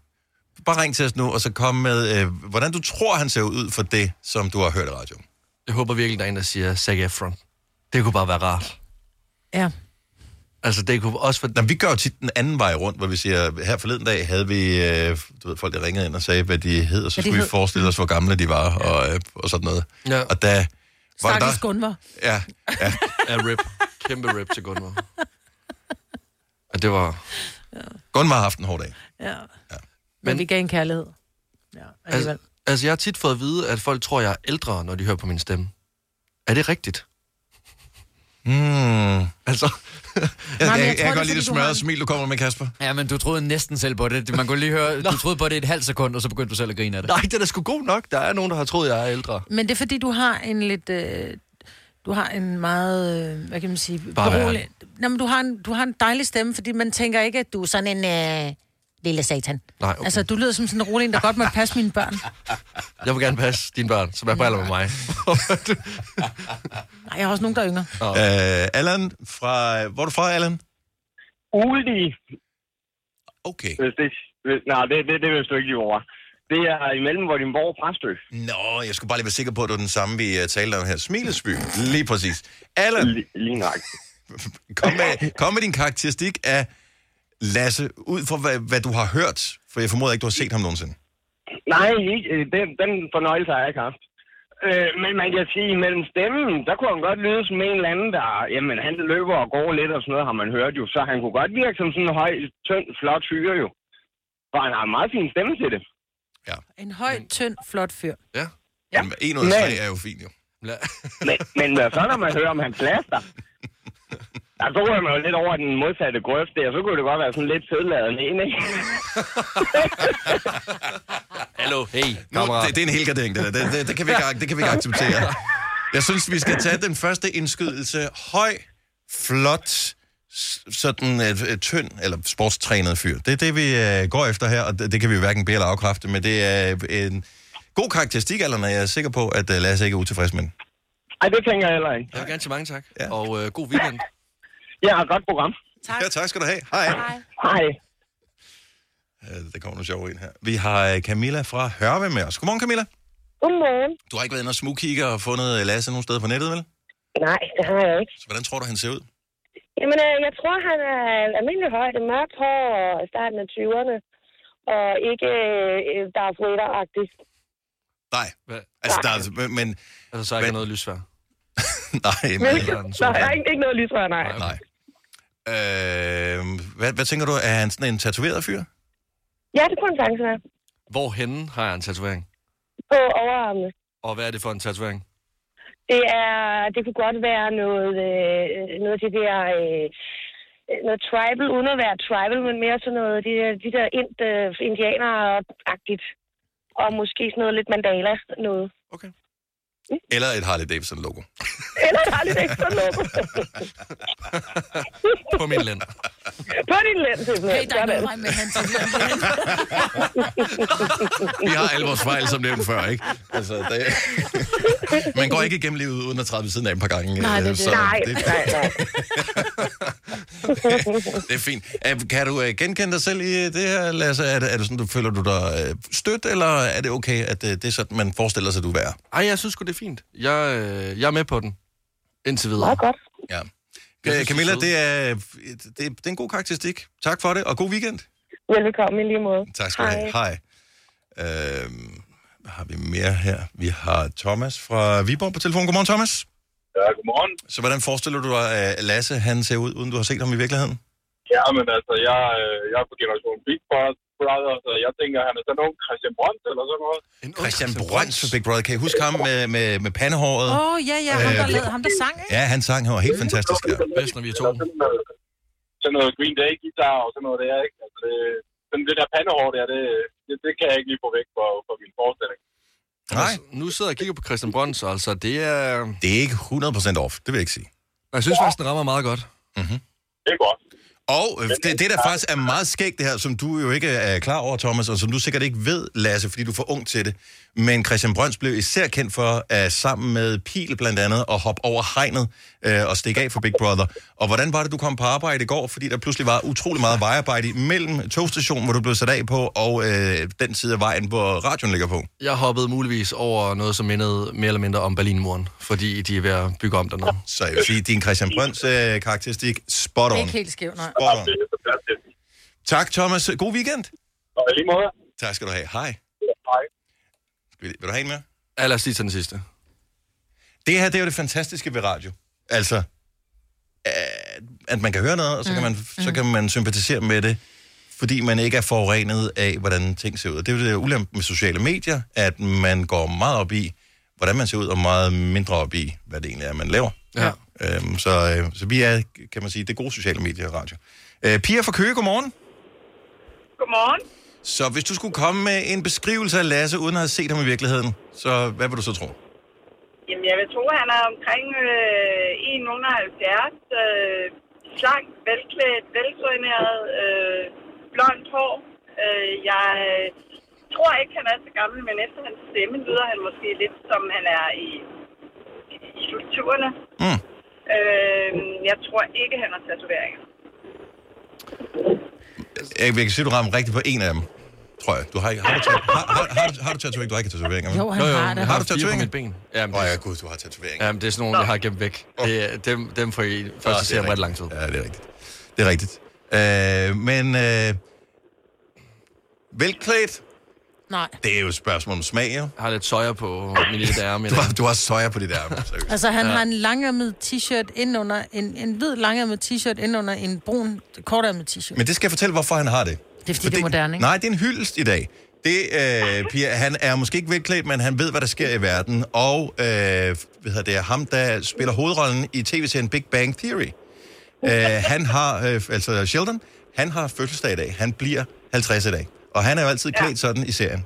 [SPEAKER 1] Bare ring til os nu, og så kom med, øh, hvordan du tror, han ser ud for det, som du har hørt i radioen.
[SPEAKER 3] Jeg håber virkelig, der er en, der siger Zac Efron. Det kunne bare være rart.
[SPEAKER 2] Ja.
[SPEAKER 3] Altså, det kunne også... For...
[SPEAKER 1] Nå, vi gør jo tit den anden vej rundt, hvor vi siger, her forleden dag havde vi, øh, du ved, folk der ringede ind og sagde, hvad de hed, og så
[SPEAKER 2] Hvad de
[SPEAKER 1] skulle vi
[SPEAKER 2] hed.
[SPEAKER 1] forestille os, hvor gamle de var, og, øh, og sådan noget.
[SPEAKER 3] Ja.
[SPEAKER 1] Og da var
[SPEAKER 2] Stakkels
[SPEAKER 1] der...
[SPEAKER 2] Gunvar.
[SPEAKER 1] Ja, ja.
[SPEAKER 3] Ja, rip. Kæmpe rip til Gunvar. Ja, det var...
[SPEAKER 1] Gunvar har haft en hård dag.
[SPEAKER 2] Ja. Men
[SPEAKER 3] Men-
[SPEAKER 2] vi gav en kærlighed. Ja, alligevel.
[SPEAKER 3] Altså, altså, jeg har tit fået at vide, at folk tror, jeg er ældre, når de hører på min stemme. Er det rigtigt?
[SPEAKER 1] Mm. Altså, jeg,
[SPEAKER 4] jeg
[SPEAKER 1] jeg, jeg,
[SPEAKER 4] tror,
[SPEAKER 1] kan
[SPEAKER 4] det er,
[SPEAKER 1] godt lide
[SPEAKER 4] fordi
[SPEAKER 1] det
[SPEAKER 4] du
[SPEAKER 1] smørrede
[SPEAKER 4] har-
[SPEAKER 1] smil, du kommer med, Kasper.
[SPEAKER 4] Ja, men du troede næsten selv på det. Man kunne lige høre, du troede på det et halvt sekund, og så begyndte du selv at grine af det.
[SPEAKER 3] Nej, den er sgu god nok. Der er nogen, der har troet, jeg er ældre.
[SPEAKER 2] Men det er fordi, du har en lidt... Øh, du har en meget, øh, hvad kan man sige,
[SPEAKER 3] Bare vær
[SPEAKER 2] berolig... Nå, men du har, en, du har en dejlig stemme, fordi man tænker ikke, at du er sådan en øh, lille satan.
[SPEAKER 3] Nej, okay.
[SPEAKER 2] Altså, du lyder som sådan en rolig en, der godt må passe mine børn.
[SPEAKER 3] Jeg vil gerne passe dine børn, så vær på alder med mig.
[SPEAKER 2] Nej, jeg har også nogen, der er yngre.
[SPEAKER 1] Øh, Allan, fra, hvor er du fra, Allan?
[SPEAKER 14] Uli.
[SPEAKER 1] Okay.
[SPEAKER 14] Hvis det, hvis, nej, det, det, det vil du ikke lige over. Det er imellem Vordingborg og Præstø.
[SPEAKER 1] Nå, jeg skulle bare lige være sikker på, at det var den samme, vi uh, talte om her. Smilesby, lige præcis. Allan.
[SPEAKER 14] Lige nok.
[SPEAKER 1] kom, med, kom med din karakteristik af Lasse, ud fra hvad, hvad du har hørt. For jeg formoder ikke, du har set ham nogensinde.
[SPEAKER 14] Nej, ikke. øh, Den, den fornøjelse har jeg ikke haft. Øh, men man kan sige, mellem stemmen, der kunne han godt lyde som en eller anden, der... Jamen, han løber og går lidt og sådan noget, har man hørt jo. Så han kunne godt virke som sådan en høj, tynd, flot fyr jo. For han har en meget fin stemme til det.
[SPEAKER 2] En høj, tynd, flot fyr.
[SPEAKER 1] Ja.
[SPEAKER 14] Ja.
[SPEAKER 1] En ud
[SPEAKER 14] Men-
[SPEAKER 1] af tre er jo fint, jo.
[SPEAKER 14] men, men hvad så, når man hører om han plaster? Ja, så ryger man jo lidt over i den modsatte grøft der, så kunne det godt være sådan lidt sødladende ind, ikke?
[SPEAKER 3] Hallo, hey,
[SPEAKER 1] nu, det, det, er en hel gardering, det der. Det, det, det, kan vi ikke, det kan vi ikke acceptere. Jeg synes, vi skal tage den første indskydelse. Høj, flot, s- sådan uh, tynd, eller sportstrænet fyr. Det er det, vi uh, går efter her, og det, det kan vi jo hverken bede eller afkræfte, men det er øh, en god karakteristik, Allan, og jeg er sikker på, at uh, Lasse ikke er utilfreds med den.
[SPEAKER 14] Ej, det tænker jeg heller ikke.
[SPEAKER 3] Jeg vil gerne sige mange tak, ja. og øh, god weekend.
[SPEAKER 14] Ja, godt program.
[SPEAKER 1] Tak. Ja, tak skal du have. Hej.
[SPEAKER 14] Hej.
[SPEAKER 1] Uh, der kommer noget sjovt ind her. Vi har øh, Camilla fra Hørve med os. Godmorgen, Camilla.
[SPEAKER 15] Godmorgen.
[SPEAKER 1] Du har ikke været inde og smugkigge og fundet øh, Lasse nogen steder på nettet, vel?
[SPEAKER 15] Nej, det har jeg ikke.
[SPEAKER 1] Så hvordan tror du, han ser ud?
[SPEAKER 15] Jamen, øh, jeg tror, han er almindelig højde, mørkt hår og starten af 20'erne. Og ikke øh, Darth Vader-agtig.
[SPEAKER 1] Nej. Altså, der er, men, men...
[SPEAKER 3] Altså, så er ikke noget lysvær.
[SPEAKER 1] Nej, men...
[SPEAKER 15] Nej, der er ikke, ikke noget lysrør, nej.
[SPEAKER 1] Nej. Øh, hvad, hvad tænker du? Er han sådan en tatoveret fyr?
[SPEAKER 15] Ja, det kunne han sagtens være.
[SPEAKER 3] Hvorhenne har jeg en tatovering?
[SPEAKER 15] På overarmene.
[SPEAKER 3] Og hvad er det for en tatovering?
[SPEAKER 15] Det, er, det kunne godt være noget, øh, noget af det der... Øh, noget tribal, uden at være tribal, men mere sådan noget, de der, de der ind, øh, indianer-agtigt. Og måske sådan noget lidt mandala noget.
[SPEAKER 1] Okay. Eller et Harley Davidson-logo?
[SPEAKER 15] Eller et Harley Davidson-logo.
[SPEAKER 3] På min lænd.
[SPEAKER 15] På din lænd, simpelthen.
[SPEAKER 6] Hey, der er noget vej med
[SPEAKER 15] hans
[SPEAKER 1] Vi har alle vores fejl, som nævnt før, ikke? Altså, det... Man går ikke igennem livet uden at træde ved siden af en par gange.
[SPEAKER 15] Nej, det er
[SPEAKER 1] øh,
[SPEAKER 15] det. Nej, nej, nej.
[SPEAKER 1] det er fint. Er- Kan du øh, genkende dig selv i øh, det her, Lasse? Er det, er det sådan, du føler du dig øh, stødt, eller er det okay, at øh, det er sådan, man forestiller sig, du er?
[SPEAKER 3] Ej, jeg synes sgu, det er fint. Jeg, øh, jeg er med på den. Indtil videre. Meget
[SPEAKER 15] godt.
[SPEAKER 1] Ja.
[SPEAKER 3] Jeg
[SPEAKER 1] Øh,
[SPEAKER 3] synes,
[SPEAKER 1] Camilla,
[SPEAKER 3] det
[SPEAKER 1] det er, det, Øh, det er en god karakteristik. Tak for det, og god weekend.
[SPEAKER 15] Velkommen i lige måde.
[SPEAKER 1] Tak skal du have. Hej. Øhm, hvad har vi mere her? Vi har Thomas fra Viborg på telefon. Godmorgen, Thomas.
[SPEAKER 16] Ja, godmorgen.
[SPEAKER 1] Så hvordan forestiller du dig, at Lasse han ser ud, uden du har set ham i virkeligheden?
[SPEAKER 16] Ja, men altså, jeg, øh, jeg er på generation Big Brother, så jeg tænker, han er sådan nogen Christian Brøns eller sådan noget.
[SPEAKER 1] Christian Brøns fra Big Brother. Kan I huske ham med, med, med pandehåret?
[SPEAKER 2] Åh, oh, ja, ja, ham der,
[SPEAKER 1] Øh,
[SPEAKER 2] led, ham der sang, ikke?
[SPEAKER 1] Ja, han sang, han var helt fantastisk. Ja.
[SPEAKER 3] Bedst, når vi er to.
[SPEAKER 16] Sådan noget Green day guitar og sådan noget der, ikke? Altså, det, sådan det der pandehår der, det, det, det kan jeg ikke lige få væk for, for min forestilling.
[SPEAKER 1] Nej.
[SPEAKER 3] Altså, nu sidder jeg og kigger på Christian Brøns, altså det er...
[SPEAKER 1] Det er ikke 100% off, det vil jeg ikke sige.
[SPEAKER 3] Jeg synes faktisk, den rammer meget godt.
[SPEAKER 16] Det er godt.
[SPEAKER 1] Mm-hmm. Og øh, det, det, der faktisk er meget skægt, det her, som du jo ikke er klar over, Thomas, og som du sikkert ikke ved, Lasse, fordi du er for ung til det. Men Christian Brøns blev især kendt for, at sammen med Pil blandt andet, at hoppe over hegnet øh, og stikke af for Big Brother. Og hvordan var det, du kom på arbejde i går? Fordi der pludselig var utrolig meget vejarbejde mellem togstationen, hvor du blev sat af på, og øh, den side af vejen, hvor radioen ligger på.
[SPEAKER 3] Jeg hoppede muligvis over noget, som mindede mere eller mindre om Berlinmuren, fordi de er ved at bygge om dernede.
[SPEAKER 1] Så jeg vil sige, din Christian Brøns øh, karakteristik, spot
[SPEAKER 2] Det
[SPEAKER 1] on.
[SPEAKER 2] er ikke helt skævt, nej.
[SPEAKER 1] Spot on. Tak, Thomas. God weekend.
[SPEAKER 16] Og lige måde.
[SPEAKER 1] Tak skal du have. Hej.
[SPEAKER 16] Hej.
[SPEAKER 1] Vil, vil du have en mere?
[SPEAKER 3] Ja, lad os lige tage den sidste.
[SPEAKER 1] Det her, det er jo det fantastiske ved radio. Altså, øh, at man kan høre noget, og så, kan man, så kan man sympatisere med det, fordi man ikke er forurenet af, hvordan ting ser ud. Det er jo det ulempe med sociale medier, at man går meget op i, hvordan man ser ud, og meget mindre op i, hvad det egentlig er, man laver.
[SPEAKER 3] Ja.
[SPEAKER 1] Øhm, så, øh, så vi er, kan man sige, det gode sociale medier og radio. Øh, Pia fra Køge, godmorgen.
[SPEAKER 17] Godmorgen.
[SPEAKER 1] Så hvis du skulle komme med en beskrivelse af Lasse, uden at have set ham i virkeligheden, så hvad vil du så tro?
[SPEAKER 17] Jamen, jeg vil tro, at han er omkring øh, 170. Øh, slank, velklædt, veltræneret, øh, blondt hår. Øh, jeg øh, tror ikke, han er så gammel, men efter hans stemme lyder han måske lidt, som han er i, i strukturerne.
[SPEAKER 1] Mm.
[SPEAKER 17] Øh, jeg tror ikke, han har tatoveringer.
[SPEAKER 1] Jeg, jeg kan se, du rammer rigtigt på en af dem, tror jeg. Du har, ikke- har, du, tat- har, har, har, du- har du tatovering? Du har ikke tatoveringer, vel?
[SPEAKER 3] Jo, han Jo, jo, har det. jeg
[SPEAKER 1] Har
[SPEAKER 3] har
[SPEAKER 1] du
[SPEAKER 3] fire på
[SPEAKER 1] tatoveringer?
[SPEAKER 3] mit ben. Jamen,
[SPEAKER 1] Åh, ja, gud, du har tatoveringer.
[SPEAKER 3] Jamen, det er sådan nogle, jeg har gemt væk. Det er, dem, dem får I først se ret lang tid.
[SPEAKER 1] Ja, det er rigtigt. Det er rigtigt. Øh, men øh, velklædt,
[SPEAKER 2] Nej.
[SPEAKER 1] det er jo et spørgsmål om smag, jo.
[SPEAKER 3] Jeg har lidt soja på min lille arm.
[SPEAKER 1] du, har, du har soja på dit arm, seriøst.
[SPEAKER 2] Altså, han ja. har en langærmet t-shirt indenunder, en, en hvid langærmet t-shirt indenunder en brun kortærmet t-shirt.
[SPEAKER 1] Men det skal jeg fortælle, hvorfor han har det.
[SPEAKER 2] Det er, fordi det er moderne, ikke?
[SPEAKER 1] Nej, det er en hyldest i dag. Det, øh, Pia, han er måske ikke velklædt, men han ved, hvad der sker i verden. Og øh, hvad hedder det, ham, der spiller hovedrollen i tv-serien Big Bang Theory. Øh, han har, øh, altså Sheldon, han har fødselsdag i dag. Han bliver 50 i dag. Og han er jo altid klædt sådan i serien.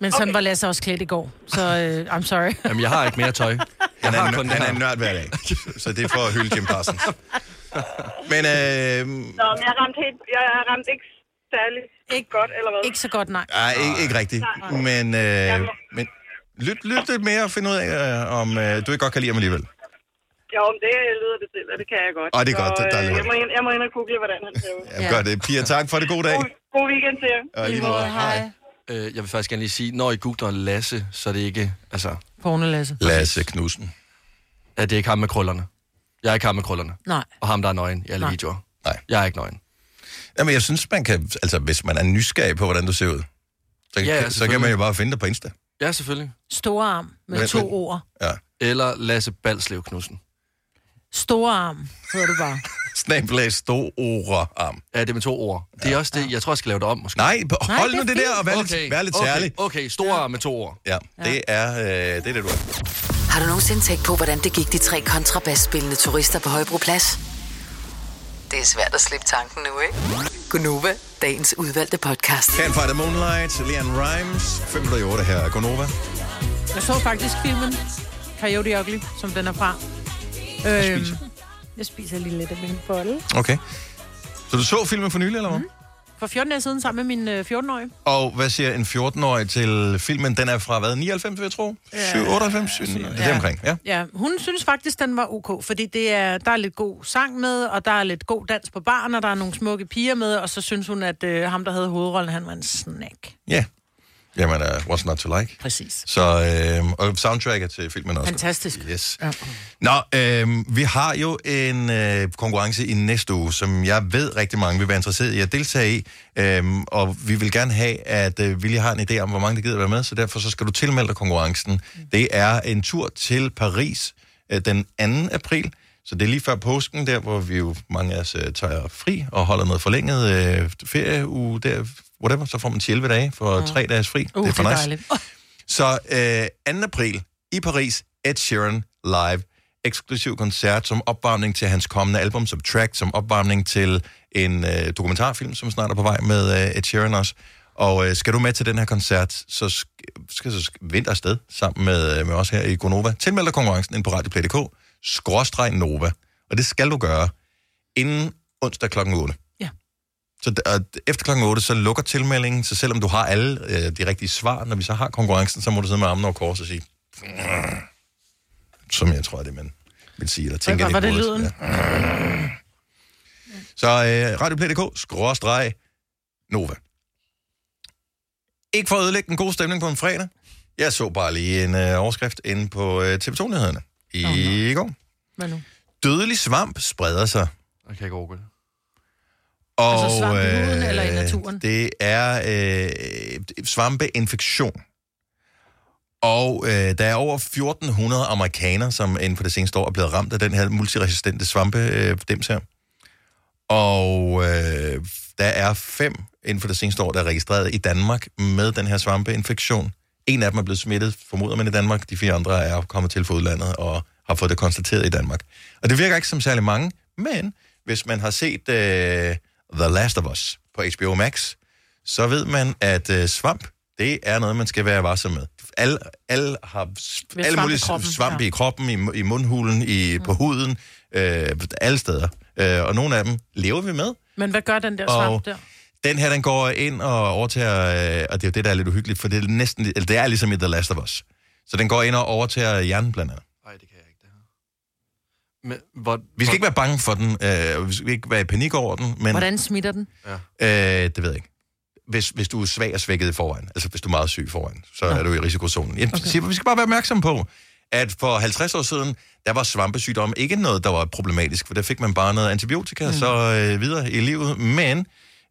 [SPEAKER 2] Men sådan okay. var Lasse også klædt i går, så uh, I'm sorry.
[SPEAKER 3] Jamen, jeg har ikke mere tøj.
[SPEAKER 1] Han er, en, han er en nørd hver dag. Så det er for at hylde Jim Parsons. Men
[SPEAKER 17] Nå,
[SPEAKER 1] øh,
[SPEAKER 17] men jeg ramte, helt, jeg ramte ikke særlig ikke, godt, eller hvad? Ikke
[SPEAKER 2] så godt, nej.
[SPEAKER 1] Nej, ikke, ikke rigtigt. Men, øh, men lyt, lyt lidt mere og find ud af, øh, om øh, du ikke godt kan lide ham alligevel.
[SPEAKER 17] Jo, men det lyder det til, og det kan jeg godt.
[SPEAKER 1] Åh, det er godt.
[SPEAKER 17] Så,
[SPEAKER 1] Det er dejligt.
[SPEAKER 17] øh, jeg, må ind, jeg må ind og google, hvordan han ser ud.
[SPEAKER 1] Ja. Gør det. øh, Pia, tak for det. God dag.
[SPEAKER 17] God weekend til jer.
[SPEAKER 1] Og i lige måde. Hej.
[SPEAKER 3] Øh, jeg vil faktisk gerne lige sige, når I googler Lasse, så er det ikke, altså...
[SPEAKER 2] Porno Lasse.
[SPEAKER 1] Lasse Knudsen.
[SPEAKER 3] Ja, det er ikke ham med krøllerne. Jeg er ikke ham med krøllerne.
[SPEAKER 2] Nej.
[SPEAKER 3] Og ham, der er nøgen i alle
[SPEAKER 2] Nej.
[SPEAKER 3] videoer.
[SPEAKER 1] Nej.
[SPEAKER 3] Jeg er ikke nøgen.
[SPEAKER 1] Jamen, jeg synes, man kan... Altså, hvis man er nysgerrig på, hvordan du ser ud, så,
[SPEAKER 3] Ja, ja,
[SPEAKER 1] ja, så kan
[SPEAKER 3] selvfølgelig.
[SPEAKER 1] man jo bare finde dig på Insta.
[SPEAKER 3] Ja, selvfølgelig.
[SPEAKER 2] Store arm med
[SPEAKER 3] Men-
[SPEAKER 2] to
[SPEAKER 3] men-
[SPEAKER 2] ord.
[SPEAKER 1] Ja.
[SPEAKER 3] Eller Lasse Balslev Knudsen.
[SPEAKER 2] Store arm, hedder det bare.
[SPEAKER 1] Snablag Storora-arm.
[SPEAKER 3] Ja, det er med to ord. Det er også det, jeg tror, jeg skal lave det om, måske.
[SPEAKER 1] Nej, b- Nej, hold det er nu det der, fint. og vær lidt- vær lidt særlig.
[SPEAKER 3] Okay, okay, store arm med to ord.
[SPEAKER 1] Ja, det er øh, det, er det, du er.
[SPEAKER 5] Har du nogensinde tænkt på, hvordan det gik de tre kontrabasspillende turister på Højbroplads? Det er svært at slippe tanken nu, ikke? Gunova, dagens udvalgte podcast.
[SPEAKER 1] Campfire the Moonlight, Leon Rimes, 5 minutter i 8 her. Gonova.
[SPEAKER 2] Jeg så faktisk filmen Coyote Ugly, som den er fra. Øhm, jeg spiser lige lidt af min bolle.
[SPEAKER 1] Okay. Så du så filmen for nylig, eller hvad? Mm.
[SPEAKER 2] For 14 dage siden sammen med min øh, 14-årige.
[SPEAKER 1] Og hvad siger en 14-årig til filmen? Den er fra, hvad, 99, vil jeg tro?
[SPEAKER 2] Ja.
[SPEAKER 1] 7, 98? 7, det er det omkring, ja.
[SPEAKER 2] Ja, hun synes faktisk, den var ok, fordi det er, der er lidt god sang med, og der er lidt god dans på baren, og der er nogle smukke piger med, og så synes hun, at øh, ham, der havde hovedrollen, han var en snack.
[SPEAKER 1] Ja. Jamen, uh, what's not to like?
[SPEAKER 2] Præcis.
[SPEAKER 1] Så, øh, og soundtracket til filmen også.
[SPEAKER 2] Fantastisk.
[SPEAKER 1] Yes. Ja. Nå, øh, vi har jo en øh, konkurrence i næste uge, som jeg ved rigtig mange vil være interesseret i at deltage i. Øh, og vi vil gerne have, at øh, vi lige har en idé om, hvor mange der gider være med, så derfor så skal du tilmelde dig konkurrencen. Det er en tur til Paris øh, den 2. april. Så det er lige før påsken, der hvor vi jo mange af os øh, tager fri og holder noget forlænget øh, ferieuge, der, whatever, så får man 11 dage for tre dages fri.
[SPEAKER 2] Uh,
[SPEAKER 1] det er for nice.
[SPEAKER 2] dejligt.
[SPEAKER 1] Så øh, 2. april i Paris, Ed Sheeran live. Eksklusiv koncert som opvarmning til hans kommende album Subtract, som opvarmning til en øh, dokumentarfilm, som snart er på vej med øh, Ed Sheeran også. Og øh, skal du med til den her koncert, så sk- skal du vente afsted sammen med, øh, med os her i Gonova. Tilmeld dig konkurrencen ind på radioplay.dk, skråstreg Nova. Og det skal du gøre inden onsdag kl. 8. Så d- og d- efter klokken 8, så lukker tilmeldingen, så selvom du har alle øh, de rigtige svar, når vi så har konkurrencen, så må du sidde med armene over kors og sige... "Grrr." Som jeg tror, er det man vil sige, eller tænker
[SPEAKER 2] Hvad var det
[SPEAKER 1] lidt i
[SPEAKER 2] lyden?
[SPEAKER 1] hovedet. Ja. Grrr. Så øh, radioplay.dk, skråstreg, Nova. Ikke for at ødelægge en god stemning på en fredag. Jeg så bare lige en øh, overskrift inde på øh, TV2-nyhederne i går.
[SPEAKER 2] Hvad nu?
[SPEAKER 1] Dødelig svamp spreder sig.
[SPEAKER 3] Jeg kan ikke overgå det.
[SPEAKER 1] Og,
[SPEAKER 2] Altså svampe i huden
[SPEAKER 1] øh,
[SPEAKER 2] eller i naturen?
[SPEAKER 1] Det er øh, svampeinfektion. Og øh, der er over 1400 amerikanere, som inden for det seneste år er blevet ramt af den her multiresistente svampe, øh, dem her. Og øh, der er fem inden for det seneste år, der er registreret i Danmark med den her svampeinfektion. En af dem er blevet smittet, formoder man i Danmark. De fire andre er kommet til fra udlandet og har fået det konstateret i Danmark. Og det virker ikke som særlig mange, men hvis man har set øh, The Last of Us på HBO Max, så ved man, at øh, svamp, det er noget, man skal være varsom med. Alle, alle har s-
[SPEAKER 2] Med
[SPEAKER 1] alle
[SPEAKER 2] svamp i
[SPEAKER 1] mulige
[SPEAKER 2] kroppen, Mm.
[SPEAKER 1] svamp i kroppen, i, mu- i mundhulen, i, på huden, øh, alle steder. Øh, og nogle af dem lever vi med.
[SPEAKER 2] Men hvad gør den der
[SPEAKER 1] Og-
[SPEAKER 2] svamp der?
[SPEAKER 1] Den her, den går ind og overtager, øh, og det er jo det, der er lidt uhyggeligt, for det er, næsten, eller det er ligesom i The Last of Us. Så den går ind og overtager hjernen blandt andet.
[SPEAKER 3] Men, hvor,
[SPEAKER 1] Vi skal ikke være bange for den, øh, vi skal ikke være i panik over den, men
[SPEAKER 2] Hvordan smitter den?
[SPEAKER 1] øh, det ved jeg ikke. Hvis, hvis du er svag og svækket i forvejen, altså hvis du er meget syg i forvejen, så er du i risikozonen. Jeg okay. siger, vi skal bare være opmærksom på, at for 50 år siden, der var svampesygdom ikke noget, der var problematisk, for der fik man bare noget antibiotika mm. så øh, videre i livet. Men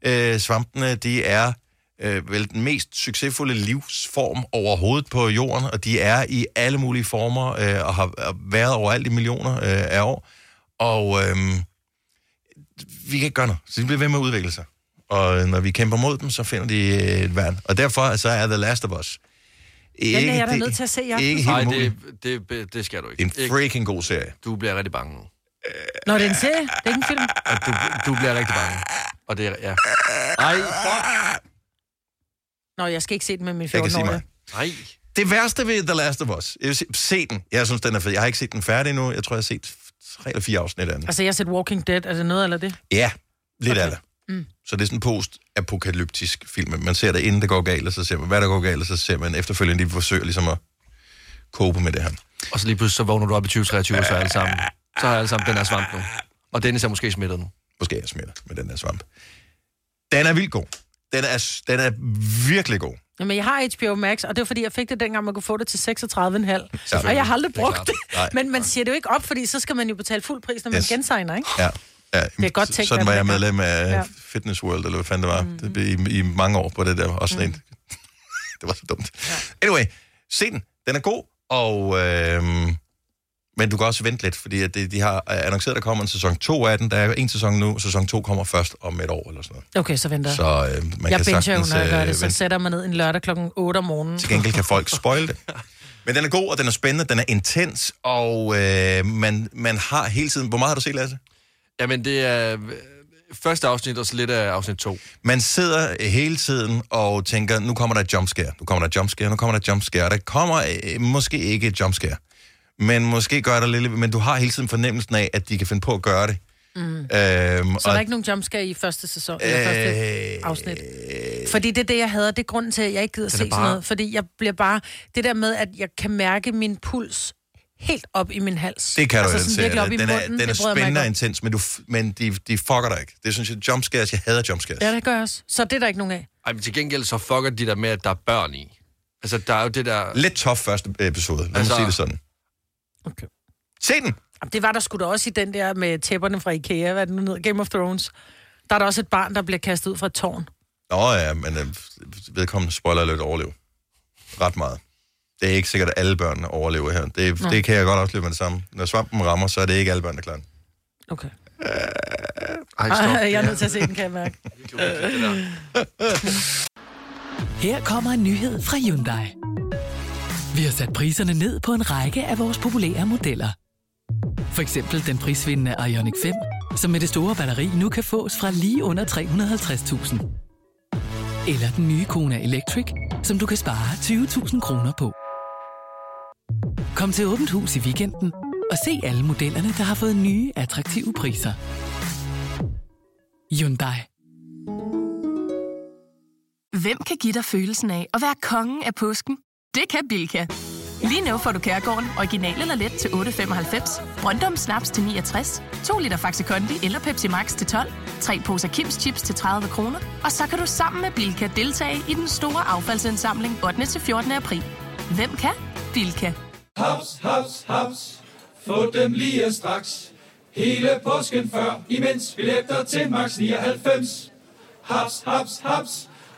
[SPEAKER 1] øh, svampene, de er øh, vel den mest succesfulde livsform overhovedet på jorden, og de er i alle mulige former øh, og har har været overalt i millioner øh, af år. Og øh, vi kan ikke gøre noget, så de bliver ved med at udvikle sig. Og øh, når vi kæmper mod dem, så finder de øh, et værn. Og derfor så er The Last of Us
[SPEAKER 18] Den er jeg da
[SPEAKER 1] det-
[SPEAKER 18] nødt til at se i aften.
[SPEAKER 1] Ikke
[SPEAKER 3] Nej,
[SPEAKER 1] helt
[SPEAKER 3] det,
[SPEAKER 1] muligt.
[SPEAKER 3] det, det skal du ikke.
[SPEAKER 1] Det er en freaking god serie.
[SPEAKER 3] Du bliver rigtig bange nu.
[SPEAKER 2] Nå, det er en serie. Det er ikke en film.
[SPEAKER 3] Og du, du bliver rigtig bange. Og det er... Ja. Ej, fuck.
[SPEAKER 2] Nå, jeg skal ikke se den med min
[SPEAKER 1] Jeg kan sige
[SPEAKER 2] 14-årige.
[SPEAKER 1] mig.
[SPEAKER 3] Nej.
[SPEAKER 1] Det værste ved The Last of Us, jeg vil sige, se den. Jeg synes, den er fed. Jeg har ikke set den færdig endnu. Jeg tror, jeg har set tre eller fire afsnit af den.
[SPEAKER 2] Altså, jeg har set Walking Dead. Er det noget eller det?
[SPEAKER 1] Ja, lidt okay. af det.
[SPEAKER 2] Mm.
[SPEAKER 1] Så det er sådan en post-apokalyptisk film. Man ser det, inden det går galt, og så ser man, hvad der går galt, og så ser man efterfølgende, de forsøger ligesom at kope med det her.
[SPEAKER 3] Og så lige pludselig så vågner du op i 2023, og så er alle sammen, så er alle sammen den her svamp nu. Og Dennis er måske smittet nu.
[SPEAKER 1] Måske er jeg smittet med den her svamp. Den er vildt god. Den er, den er virkelig god.
[SPEAKER 2] Jamen, jeg har HBO Max, og det var fordi, jeg fik det dengang, man kunne få det til 36,5.
[SPEAKER 1] Selvfølgelig.
[SPEAKER 2] Og jeg har aldrig
[SPEAKER 1] Det er
[SPEAKER 2] brugt
[SPEAKER 1] klart.
[SPEAKER 2] det.
[SPEAKER 1] Nej.
[SPEAKER 2] Men man siger det jo ikke op, fordi så skal man jo betale fuld pris, når man
[SPEAKER 1] Yes.
[SPEAKER 2] gensigner, ikke?
[SPEAKER 1] Ja. ja det
[SPEAKER 2] er godt tænkt
[SPEAKER 1] Sådan
[SPEAKER 2] af
[SPEAKER 1] var
[SPEAKER 2] dem
[SPEAKER 1] jeg
[SPEAKER 2] dengang.
[SPEAKER 1] medlem af
[SPEAKER 2] Ja.
[SPEAKER 1] ja. Fitness World, eller hvad fanden det var. Mm. Det blev i, i mange år på det der. Også mm. det var så dumt. Ja. Anyway, se den. Den er god, og... øhm, men du kan også vente lidt, fordi at det, de har øh, annonceret, at der kommer en sæson 2 af den. Der er jo en sæson nu, sæson 2 kommer først om et år eller sådan noget.
[SPEAKER 2] Okay, så venter jeg.
[SPEAKER 1] Så øh, man
[SPEAKER 2] jeg
[SPEAKER 1] kan
[SPEAKER 2] binger jo,
[SPEAKER 1] sagtens...
[SPEAKER 2] når jeg gør
[SPEAKER 1] øh,
[SPEAKER 2] det, så
[SPEAKER 1] vente.
[SPEAKER 2] sætter man ned en lørdag klokken 8 om morgenen.
[SPEAKER 1] Til gengæld kan folk spoil det. Men den er god, og den er spændende, den er intens, og øh, man, man har hele tiden... Hvor meget har du set, Lasse?
[SPEAKER 3] Jamen, det er øh, første afsnit, og så lidt af afsnit 2.
[SPEAKER 1] Man sidder hele tiden og tænker, nu kommer der et jumpscare, nu kommer der et jumpscare, nu kommer der et jumpscare. Der kommer øh, måske ikke et jumpscare, men måske gør der lidt... Men du har hele tiden fornemmelsen af, at de kan finde på at gøre det.
[SPEAKER 2] Mm.
[SPEAKER 1] Øhm,
[SPEAKER 2] Så er der ikke nogen jumpscare i første sæson, eller første afsnit. Fordi det er det, jeg hader. Det er grunden til, at jeg ikke gider
[SPEAKER 1] Øh, Den er
[SPEAKER 2] se sådan
[SPEAKER 1] bare-
[SPEAKER 2] noget. Fordi jeg bliver bare... Det der med, at jeg kan mærke min puls helt op i min hals.
[SPEAKER 1] Det kan du
[SPEAKER 2] altså,
[SPEAKER 1] altså,
[SPEAKER 2] sådan virkelig op i
[SPEAKER 1] den, er,
[SPEAKER 2] munden.
[SPEAKER 1] den er
[SPEAKER 2] det bryder jeg mig ikke
[SPEAKER 1] spændende og
[SPEAKER 2] om.
[SPEAKER 1] intens, men, du, f- men de, de fucker dig ikke. Det synes jeg, jumpscares, jeg hader jumpscares.
[SPEAKER 2] Ja, det gør jeg også. Så det er der ikke nogen af.
[SPEAKER 3] Ej, men til gengæld så fucker de der med, at der er børn i. Altså, der er jo det der...
[SPEAKER 1] Lidt tof første episode, lad
[SPEAKER 3] Altså-
[SPEAKER 1] mig sige det sådan. Se den!
[SPEAKER 2] Jamen, Det var der sgu da også i den der med tæpperne fra Ikea, hvad er det nu hedder, Game of Thrones. Der er der også et barn, der bliver kastet ud fra et tårn.
[SPEAKER 1] Nå ja, men øh, vedkommende spoiler lidt overleve. Ret meget. Det er ikke sikkert, at alle børn overlever her. Det,
[SPEAKER 2] Nå.
[SPEAKER 1] det kan jeg godt afsløre med det samme. Når svampen rammer, så er det ikke alle børn, der klarer den.
[SPEAKER 2] Okay.
[SPEAKER 1] Ej,
[SPEAKER 2] Ej, jeg er nødt til at se den, kan jeg mærke.
[SPEAKER 19] Her kommer en nyhed fra Hyundai. Vi har sat priserne ned på en række af vores populære modeller. For eksempel den prisvindende Ioniq 5, som med det store batteri nu kan fås fra lige under 350.000. Eller den nye Kona Electric, som du kan spare 20.000 kroner på. Kom til Åbent Hus i weekenden og se alle modellerne, der har fået nye, attraktive priser. Hyundai.
[SPEAKER 20] Hvem kan give dig følelsen af at være kongen af påsken? Det kan Bilka. Lige nu får du Kærgården original eller let til 8.95, Brøndum Snaps til 69, 2 liter Faxi Kondi eller Pepsi Max til 12, 3 poser Kims Chips til 30 kroner, og så kan du sammen med Bilka deltage i den store affaldsindsamling 8. til 14. april. Hvem kan? Bilka.
[SPEAKER 21] Haps, haps, haps. Få dem lige straks. Hele påsken før, imens billetter til max 99. Haps, haps, haps.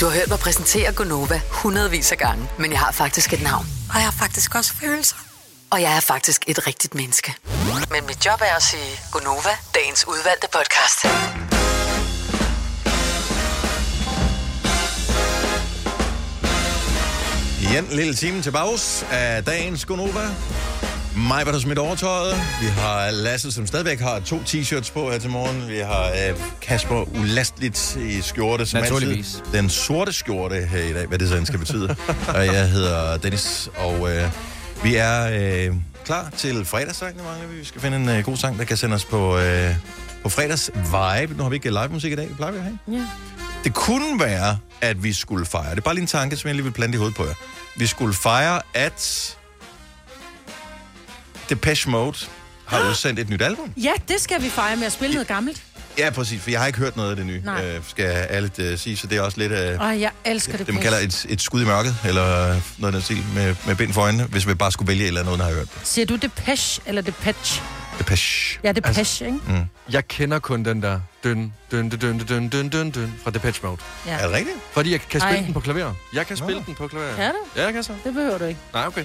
[SPEAKER 5] Du har hørt mig præsentere Gonova hundredvis af gange, men jeg har faktisk et navn.
[SPEAKER 18] Og jeg har faktisk også følelser.
[SPEAKER 5] Og jeg er faktisk et rigtigt menneske. Men mit job er at sige Gonova, dagens udvalgte podcast.
[SPEAKER 1] I en lille time til bags af dagens Gonova. Mig var der smidt overtøjet. Vi har Lasse, som stadigvæk har to t-shirts på her til morgen. Vi har øh, Kasper ulastligt i skjorte. Som
[SPEAKER 4] Naturligvis.
[SPEAKER 1] Altid. Den sorte skjorte her i dag, hvad det så end skal betyde. og jeg hedder Dennis, og øh, vi er øh, klar til fredagssangen. Mangler vi. vi skal finde en øh, god sang, der kan sende os på, øh, på fredags vibe. Nu har vi ikke live musik i dag, det plejer vi at have.
[SPEAKER 2] Ja.
[SPEAKER 1] Det kunne være, at vi skulle fejre. Det er bare lige en tanke, som jeg lige vil plante i hovedet på jer. Vi skulle fejre, at Depeche Mode har udsendt et nyt album.
[SPEAKER 2] Ja, det skal vi fejre med at spille noget gammelt.
[SPEAKER 1] Ja, præcis, for jeg har ikke hørt noget af det nye,
[SPEAKER 2] Nej.
[SPEAKER 1] øh, skal jeg ærligt øh, sige, så det er også lidt af
[SPEAKER 2] Ej, jeg elsker det.
[SPEAKER 1] det, man kalder et, et skud i mørket, eller øh, noget af den stil, med, med bind for øjnene, hvis man bare skulle vælge et eller andet, uden at have hørt det.
[SPEAKER 2] Siger du Depeche eller Depeche?
[SPEAKER 1] Depeche.
[SPEAKER 2] Ja, Depeche, altså, ikke?
[SPEAKER 1] Mm.
[SPEAKER 3] Jeg kender kun den der døn, døn, døn, døn, døn, døn, døn, døn fra Depeche Mode.
[SPEAKER 2] Ja. Er det
[SPEAKER 1] rigtigt?
[SPEAKER 3] Fordi jeg kan spille
[SPEAKER 2] Ej.
[SPEAKER 3] den på klaver. Jeg kan spille den på klaver.
[SPEAKER 2] Kan du?
[SPEAKER 3] Ja, jeg kan så.
[SPEAKER 2] Det behøver du ikke.
[SPEAKER 3] Nej, okay.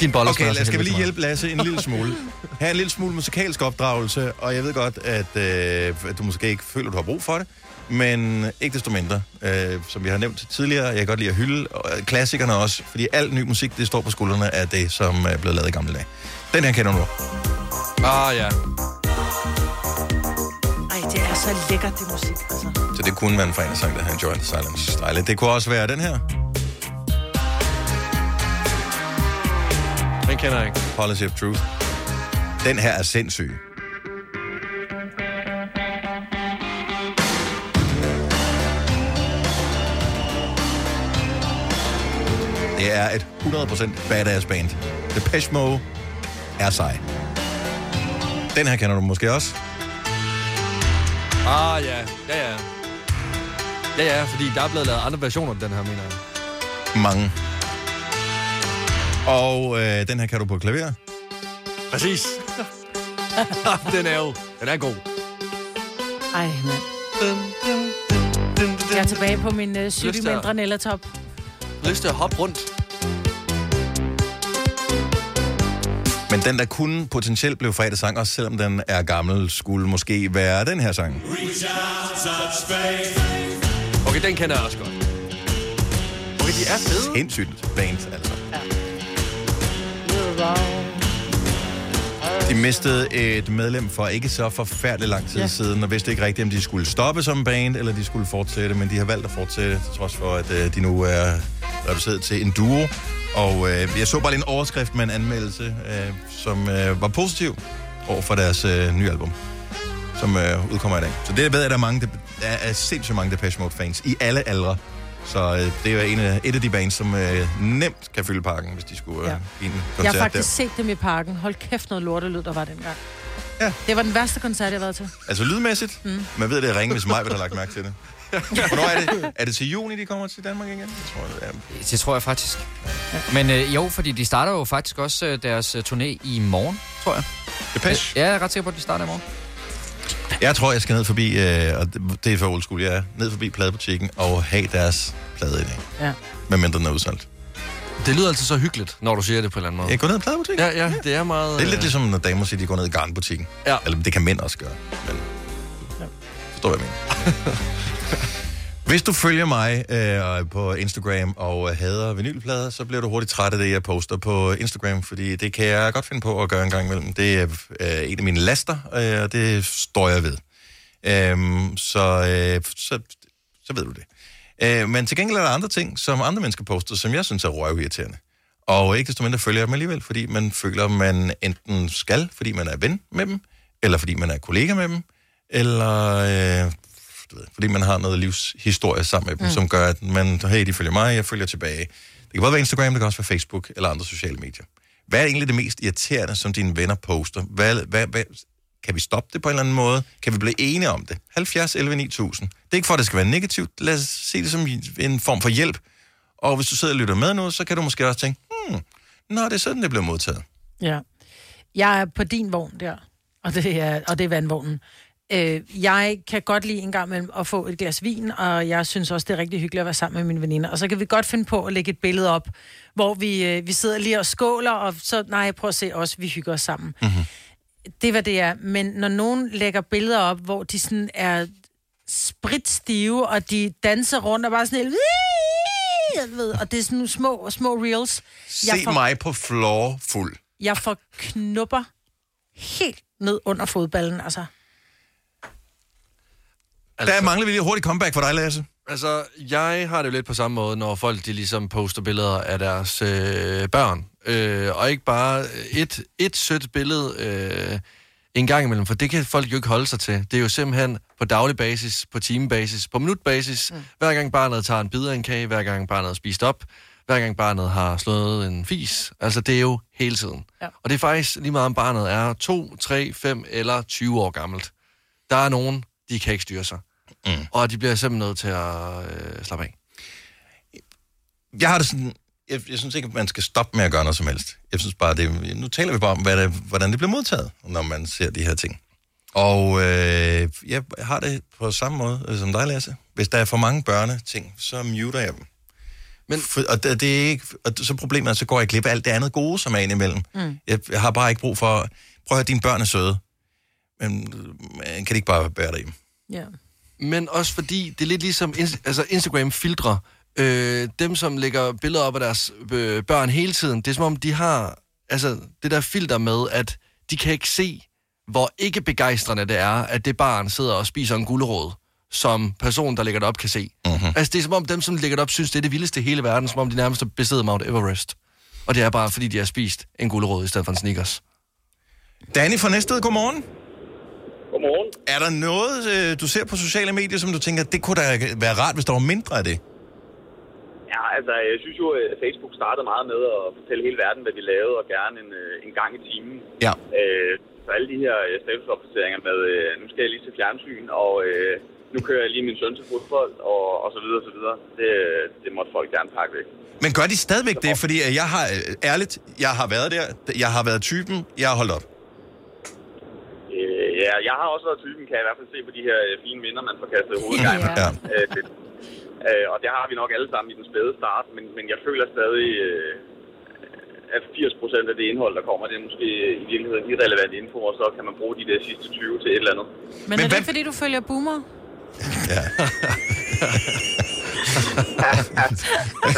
[SPEAKER 3] Din boller
[SPEAKER 1] Okay,
[SPEAKER 3] smager
[SPEAKER 1] lad,
[SPEAKER 3] så
[SPEAKER 1] skal vi lige
[SPEAKER 3] helvede meget.
[SPEAKER 1] hjælpe Lasse en lille smule. Have en lille smule musikalsk opdragelse, og jeg ved godt, at, øh, at du måske ikke føler, du har brug for det, men ikke desto mindre. Øh, som vi har nævnt tidligere, jeg kan godt lide at hylde øh, klassikerne også, fordi al ny musik, det står på skuldrene af det, som øh, er blevet lavet i gamle dage. Den her kender du.
[SPEAKER 3] Ah, ja.
[SPEAKER 2] Ej, det er så lækkert, det musik, altså.
[SPEAKER 1] Så det kunne være en fredagssang, der hedder Enjoy the Silence. Dejligt. Det kunne også være den her.
[SPEAKER 3] Den kender jeg ikke.
[SPEAKER 1] Policy of Truth. Den her er sindssyg. Det er et 100% badass band. Depeche Mode er sej. Den her kender du måske også.
[SPEAKER 3] Ah, ja. Ja, ja. Ja, ja, fordi der er blevet lavet andre versioner af den her, mener jeg.
[SPEAKER 1] Mange. Og øh, den her kan du på klaver.
[SPEAKER 3] Præcis. den er jo... Den er god.
[SPEAKER 2] Ej, mand. Jeg er tilbage på min øh, cykel med en Dranella-top.
[SPEAKER 3] Lyst til at hoppe rundt.
[SPEAKER 1] Men den, der kunne potentielt blive fredagssang, også selvom den er gammel, skulle måske være den her sang.
[SPEAKER 3] Okay, den kender jeg også godt. Okay, de er fede.
[SPEAKER 1] Sindssygt band, altså. De mistede et medlem for ikke så forfærdelig lang tid
[SPEAKER 2] Ja.
[SPEAKER 1] ja. siden, og vidste ikke rigtigt, om de skulle stoppe som band, eller de skulle fortsætte, men de har valgt at fortsætte, til trods for, at øh, de nu er reduceret til en duo. Og øh, jeg så bare lige en overskrift med en anmeldelse, øh, som øh, var positiv over for deres øh, nye album, som øh, udkommer i dag. Så det ved jeg, der er, mange, der er sindssygt mange Depeche Mode-fans i alle aldre. Så øh, det er jo en af, et af de bands, som øh, nemt kan fylde parken, hvis de skulle øh, ja. i en koncert
[SPEAKER 2] Jeg har
[SPEAKER 1] der.
[SPEAKER 2] faktisk set dem i parken. Hold kæft noget lortelyd, der var dengang.
[SPEAKER 1] Ja.
[SPEAKER 2] Det var den værste koncert, jeg har været til.
[SPEAKER 1] Altså lydmæssigt. Mm. Man ved, det er ringe, hvis mig har lagt mærke til det. Hvornår er det? Er det til juni, de kommer til Danmark igen? Jeg tror, det er...
[SPEAKER 4] Det tror jeg faktisk. Men øh, jo, fordi de starter jo faktisk også øh, deres øh, turné i morgen, tror jeg.
[SPEAKER 1] Depeche?
[SPEAKER 4] Ja, jeg er ret sikker på, at de starter i morgen.
[SPEAKER 1] Jeg tror, jeg skal ned forbi, øh, og det- det er for old school, jeg er, ned forbi pladebutikken og have deres plade i dag.
[SPEAKER 2] Ja.
[SPEAKER 1] Medmindre den er udsolgt.
[SPEAKER 3] Det lyder altså så hyggeligt, når du siger det på en eller anden måde.
[SPEAKER 1] Jeg går ned i pladebutikken.
[SPEAKER 3] Ja, ja, det er meget...
[SPEAKER 1] Det er lidt
[SPEAKER 3] øh,
[SPEAKER 1] ligesom, når damer siger, de går ned i garnbutikken.
[SPEAKER 3] Ja.
[SPEAKER 1] Eller det kan mænd også gøre. Men... Forstår, hvad jeg mener. Hvis du følger mig øh, på Instagram og øh, hader vinylplader, så bliver du hurtigt træt af det, jeg poster på Instagram, fordi det kan jeg godt finde på at gøre en gang imellem. Det er øh, en af mine laster, øh, og det står jeg ved. Øhm, så, øh, så, så ved du det. Øh, men til gengæld er der andre ting, som andre mennesker poster, som jeg synes er røvirriterende. Og ikke desto mindre følger jeg dem alligevel, fordi man føler, man enten skal, fordi man er ven med dem, eller fordi man er kollega med dem, eller øh, du ved, fordi man har noget livshistorie sammen med dem,
[SPEAKER 8] Mm.
[SPEAKER 1] mm. som gør, at man, hey, de følger mig, jeg følger tilbage. Det kan både være Instagram, det kan også være Facebook eller andre sociale medier. Hvad er egentlig det mest irriterende, som dine venner poster? Hvad, hvad, hvad, kan vi stoppe det på en eller anden måde? Kan vi blive enige om det? 70 11 9000. Det er ikke for, at det skal være negativt. Lad os se det som en form for hjælp. Og hvis du sidder og lytter med nu, så kan du måske også tænke, hmm, nå, det er sådan, det bliver modtaget.
[SPEAKER 2] Ja. Jeg er på din vogn der, og det er, og det er vandvognen. Øh, jeg kan godt lide en gang imellem at få et glas vin, og jeg synes også, det er rigtig hyggeligt at være sammen med mine veninder. Og så kan vi godt finde på at lægge et billede op, hvor vi, øh, vi sidder lige og skåler, og så, nej, prøv at se os, vi hygger os sammen.
[SPEAKER 1] Mm-hmm.
[SPEAKER 2] Det er, hvad det er. Men når nogen lægger billeder op, hvor de sådan er spritstive, og de danser rundt og bare sådan helt... "Wii!" ved, Og det er sådan nogle små, små reels.
[SPEAKER 1] Se får... mig på floor fuld.
[SPEAKER 2] jeg får knupper helt ned under fodballen, altså.
[SPEAKER 1] Altså... Der mangler vi lige hurtigt comeback for dig, Lasse.
[SPEAKER 3] Altså, jeg har det jo lidt på samme måde, når folk de ligesom poster billeder af deres øh, børn. Øh, og ikke bare et, et sødt billede øh, en gang imellem, for det kan folk jo ikke holde sig til. Det er jo simpelthen på daglig basis, på timebasis, på minutbasis. Mm. Hver gang barnet tager en bid af en kage, hver gang barnet har spist op, hver gang barnet har slået en fis. Altså, det er jo hele tiden. Ja. Og det er faktisk lige meget, om barnet er 2, 3, 5 eller 20 år gammelt. Der er nogen, de kan ikke styre sig. Mm. Og de bliver simpelthen nødt til at øh, slappe af.
[SPEAKER 1] Jeg har det sådan... Jeg, jeg synes ikke, at man skal stoppe med at gøre noget som helst. Jeg synes bare, det, nu taler vi bare om, hvad det, hvordan det bliver modtaget, når man ser de her ting. Og øh, jeg har det på samme måde øh, som dig, Lasse. Hvis der er for mange børneting, så muter jeg dem. Men... For, og, det, det er ikke, og så problemet er, så går jeg glip af alt det andet gode, som er indimellem.
[SPEAKER 8] Mm.
[SPEAKER 1] Jeg, jeg har bare ikke brug for... Prøv at høre, dine børn er søde. Men øh, kan det ikke bare være derhjemme?
[SPEAKER 2] Ja.
[SPEAKER 3] Men også fordi, det er lidt ligesom ins- altså Instagram filtre. Øh, dem, som lægger billeder op af deres øh, børn hele tiden, det er som om, de har altså, det der filter med, at de kan ikke se, hvor ikke begejstrende det er, at det barn sidder og spiser en gulerod, som personen, der lægger det op, kan se.
[SPEAKER 1] Mm.
[SPEAKER 3] Mm-hmm.
[SPEAKER 1] Mhm.
[SPEAKER 3] Altså, det er som om, dem, som lægger det op, synes, det er det vildeste i hele verden, som om de nærmest besidder Mount Everest. Og det er bare, fordi de har spist en gulerod i stedet for en Snickers.
[SPEAKER 1] Danny fra Næstved, godmorgen.
[SPEAKER 16] Godmorgen.
[SPEAKER 1] Er der noget, øh, du ser på sociale medier, som du tænker, det kunne da være rart, hvis der var mindre af det?
[SPEAKER 16] Ja, altså, jeg synes jo, at Facebook startede meget med at fortælle hele verden, hvad vi lavede, og gerne en, øh, en gang i timen.
[SPEAKER 1] Ja.
[SPEAKER 16] Øh, så alle de her øh, statusopdateringer med, øh, nu skal jeg lige til fjernsyn, og øh, nu kører jeg lige min søn til fodbold, og, og så videre, og så videre. Det, øh, det måtte folk gerne pakke væk.
[SPEAKER 1] Men gør de stadigvæk det? Fordi øh, jeg har, øh, ærligt, jeg har været der, jeg har været typen, jeg har holdt op.
[SPEAKER 16] Øh, ja, jeg har også været typen, kan jeg i hvert fald se på de her øh, fine minder, man får kastet i hovedet. ja. øh, øh, og det har vi nok alle sammen i den spæde start, men, men jeg føler stadig, øh, at 80% af det indhold, der kommer, det er måske i virkeligheden irrelevant info, og så kan man bruge de der sidste 20 til et eller andet.
[SPEAKER 2] Men, Men er det ikke, fordi du følger boomer?
[SPEAKER 16] altså,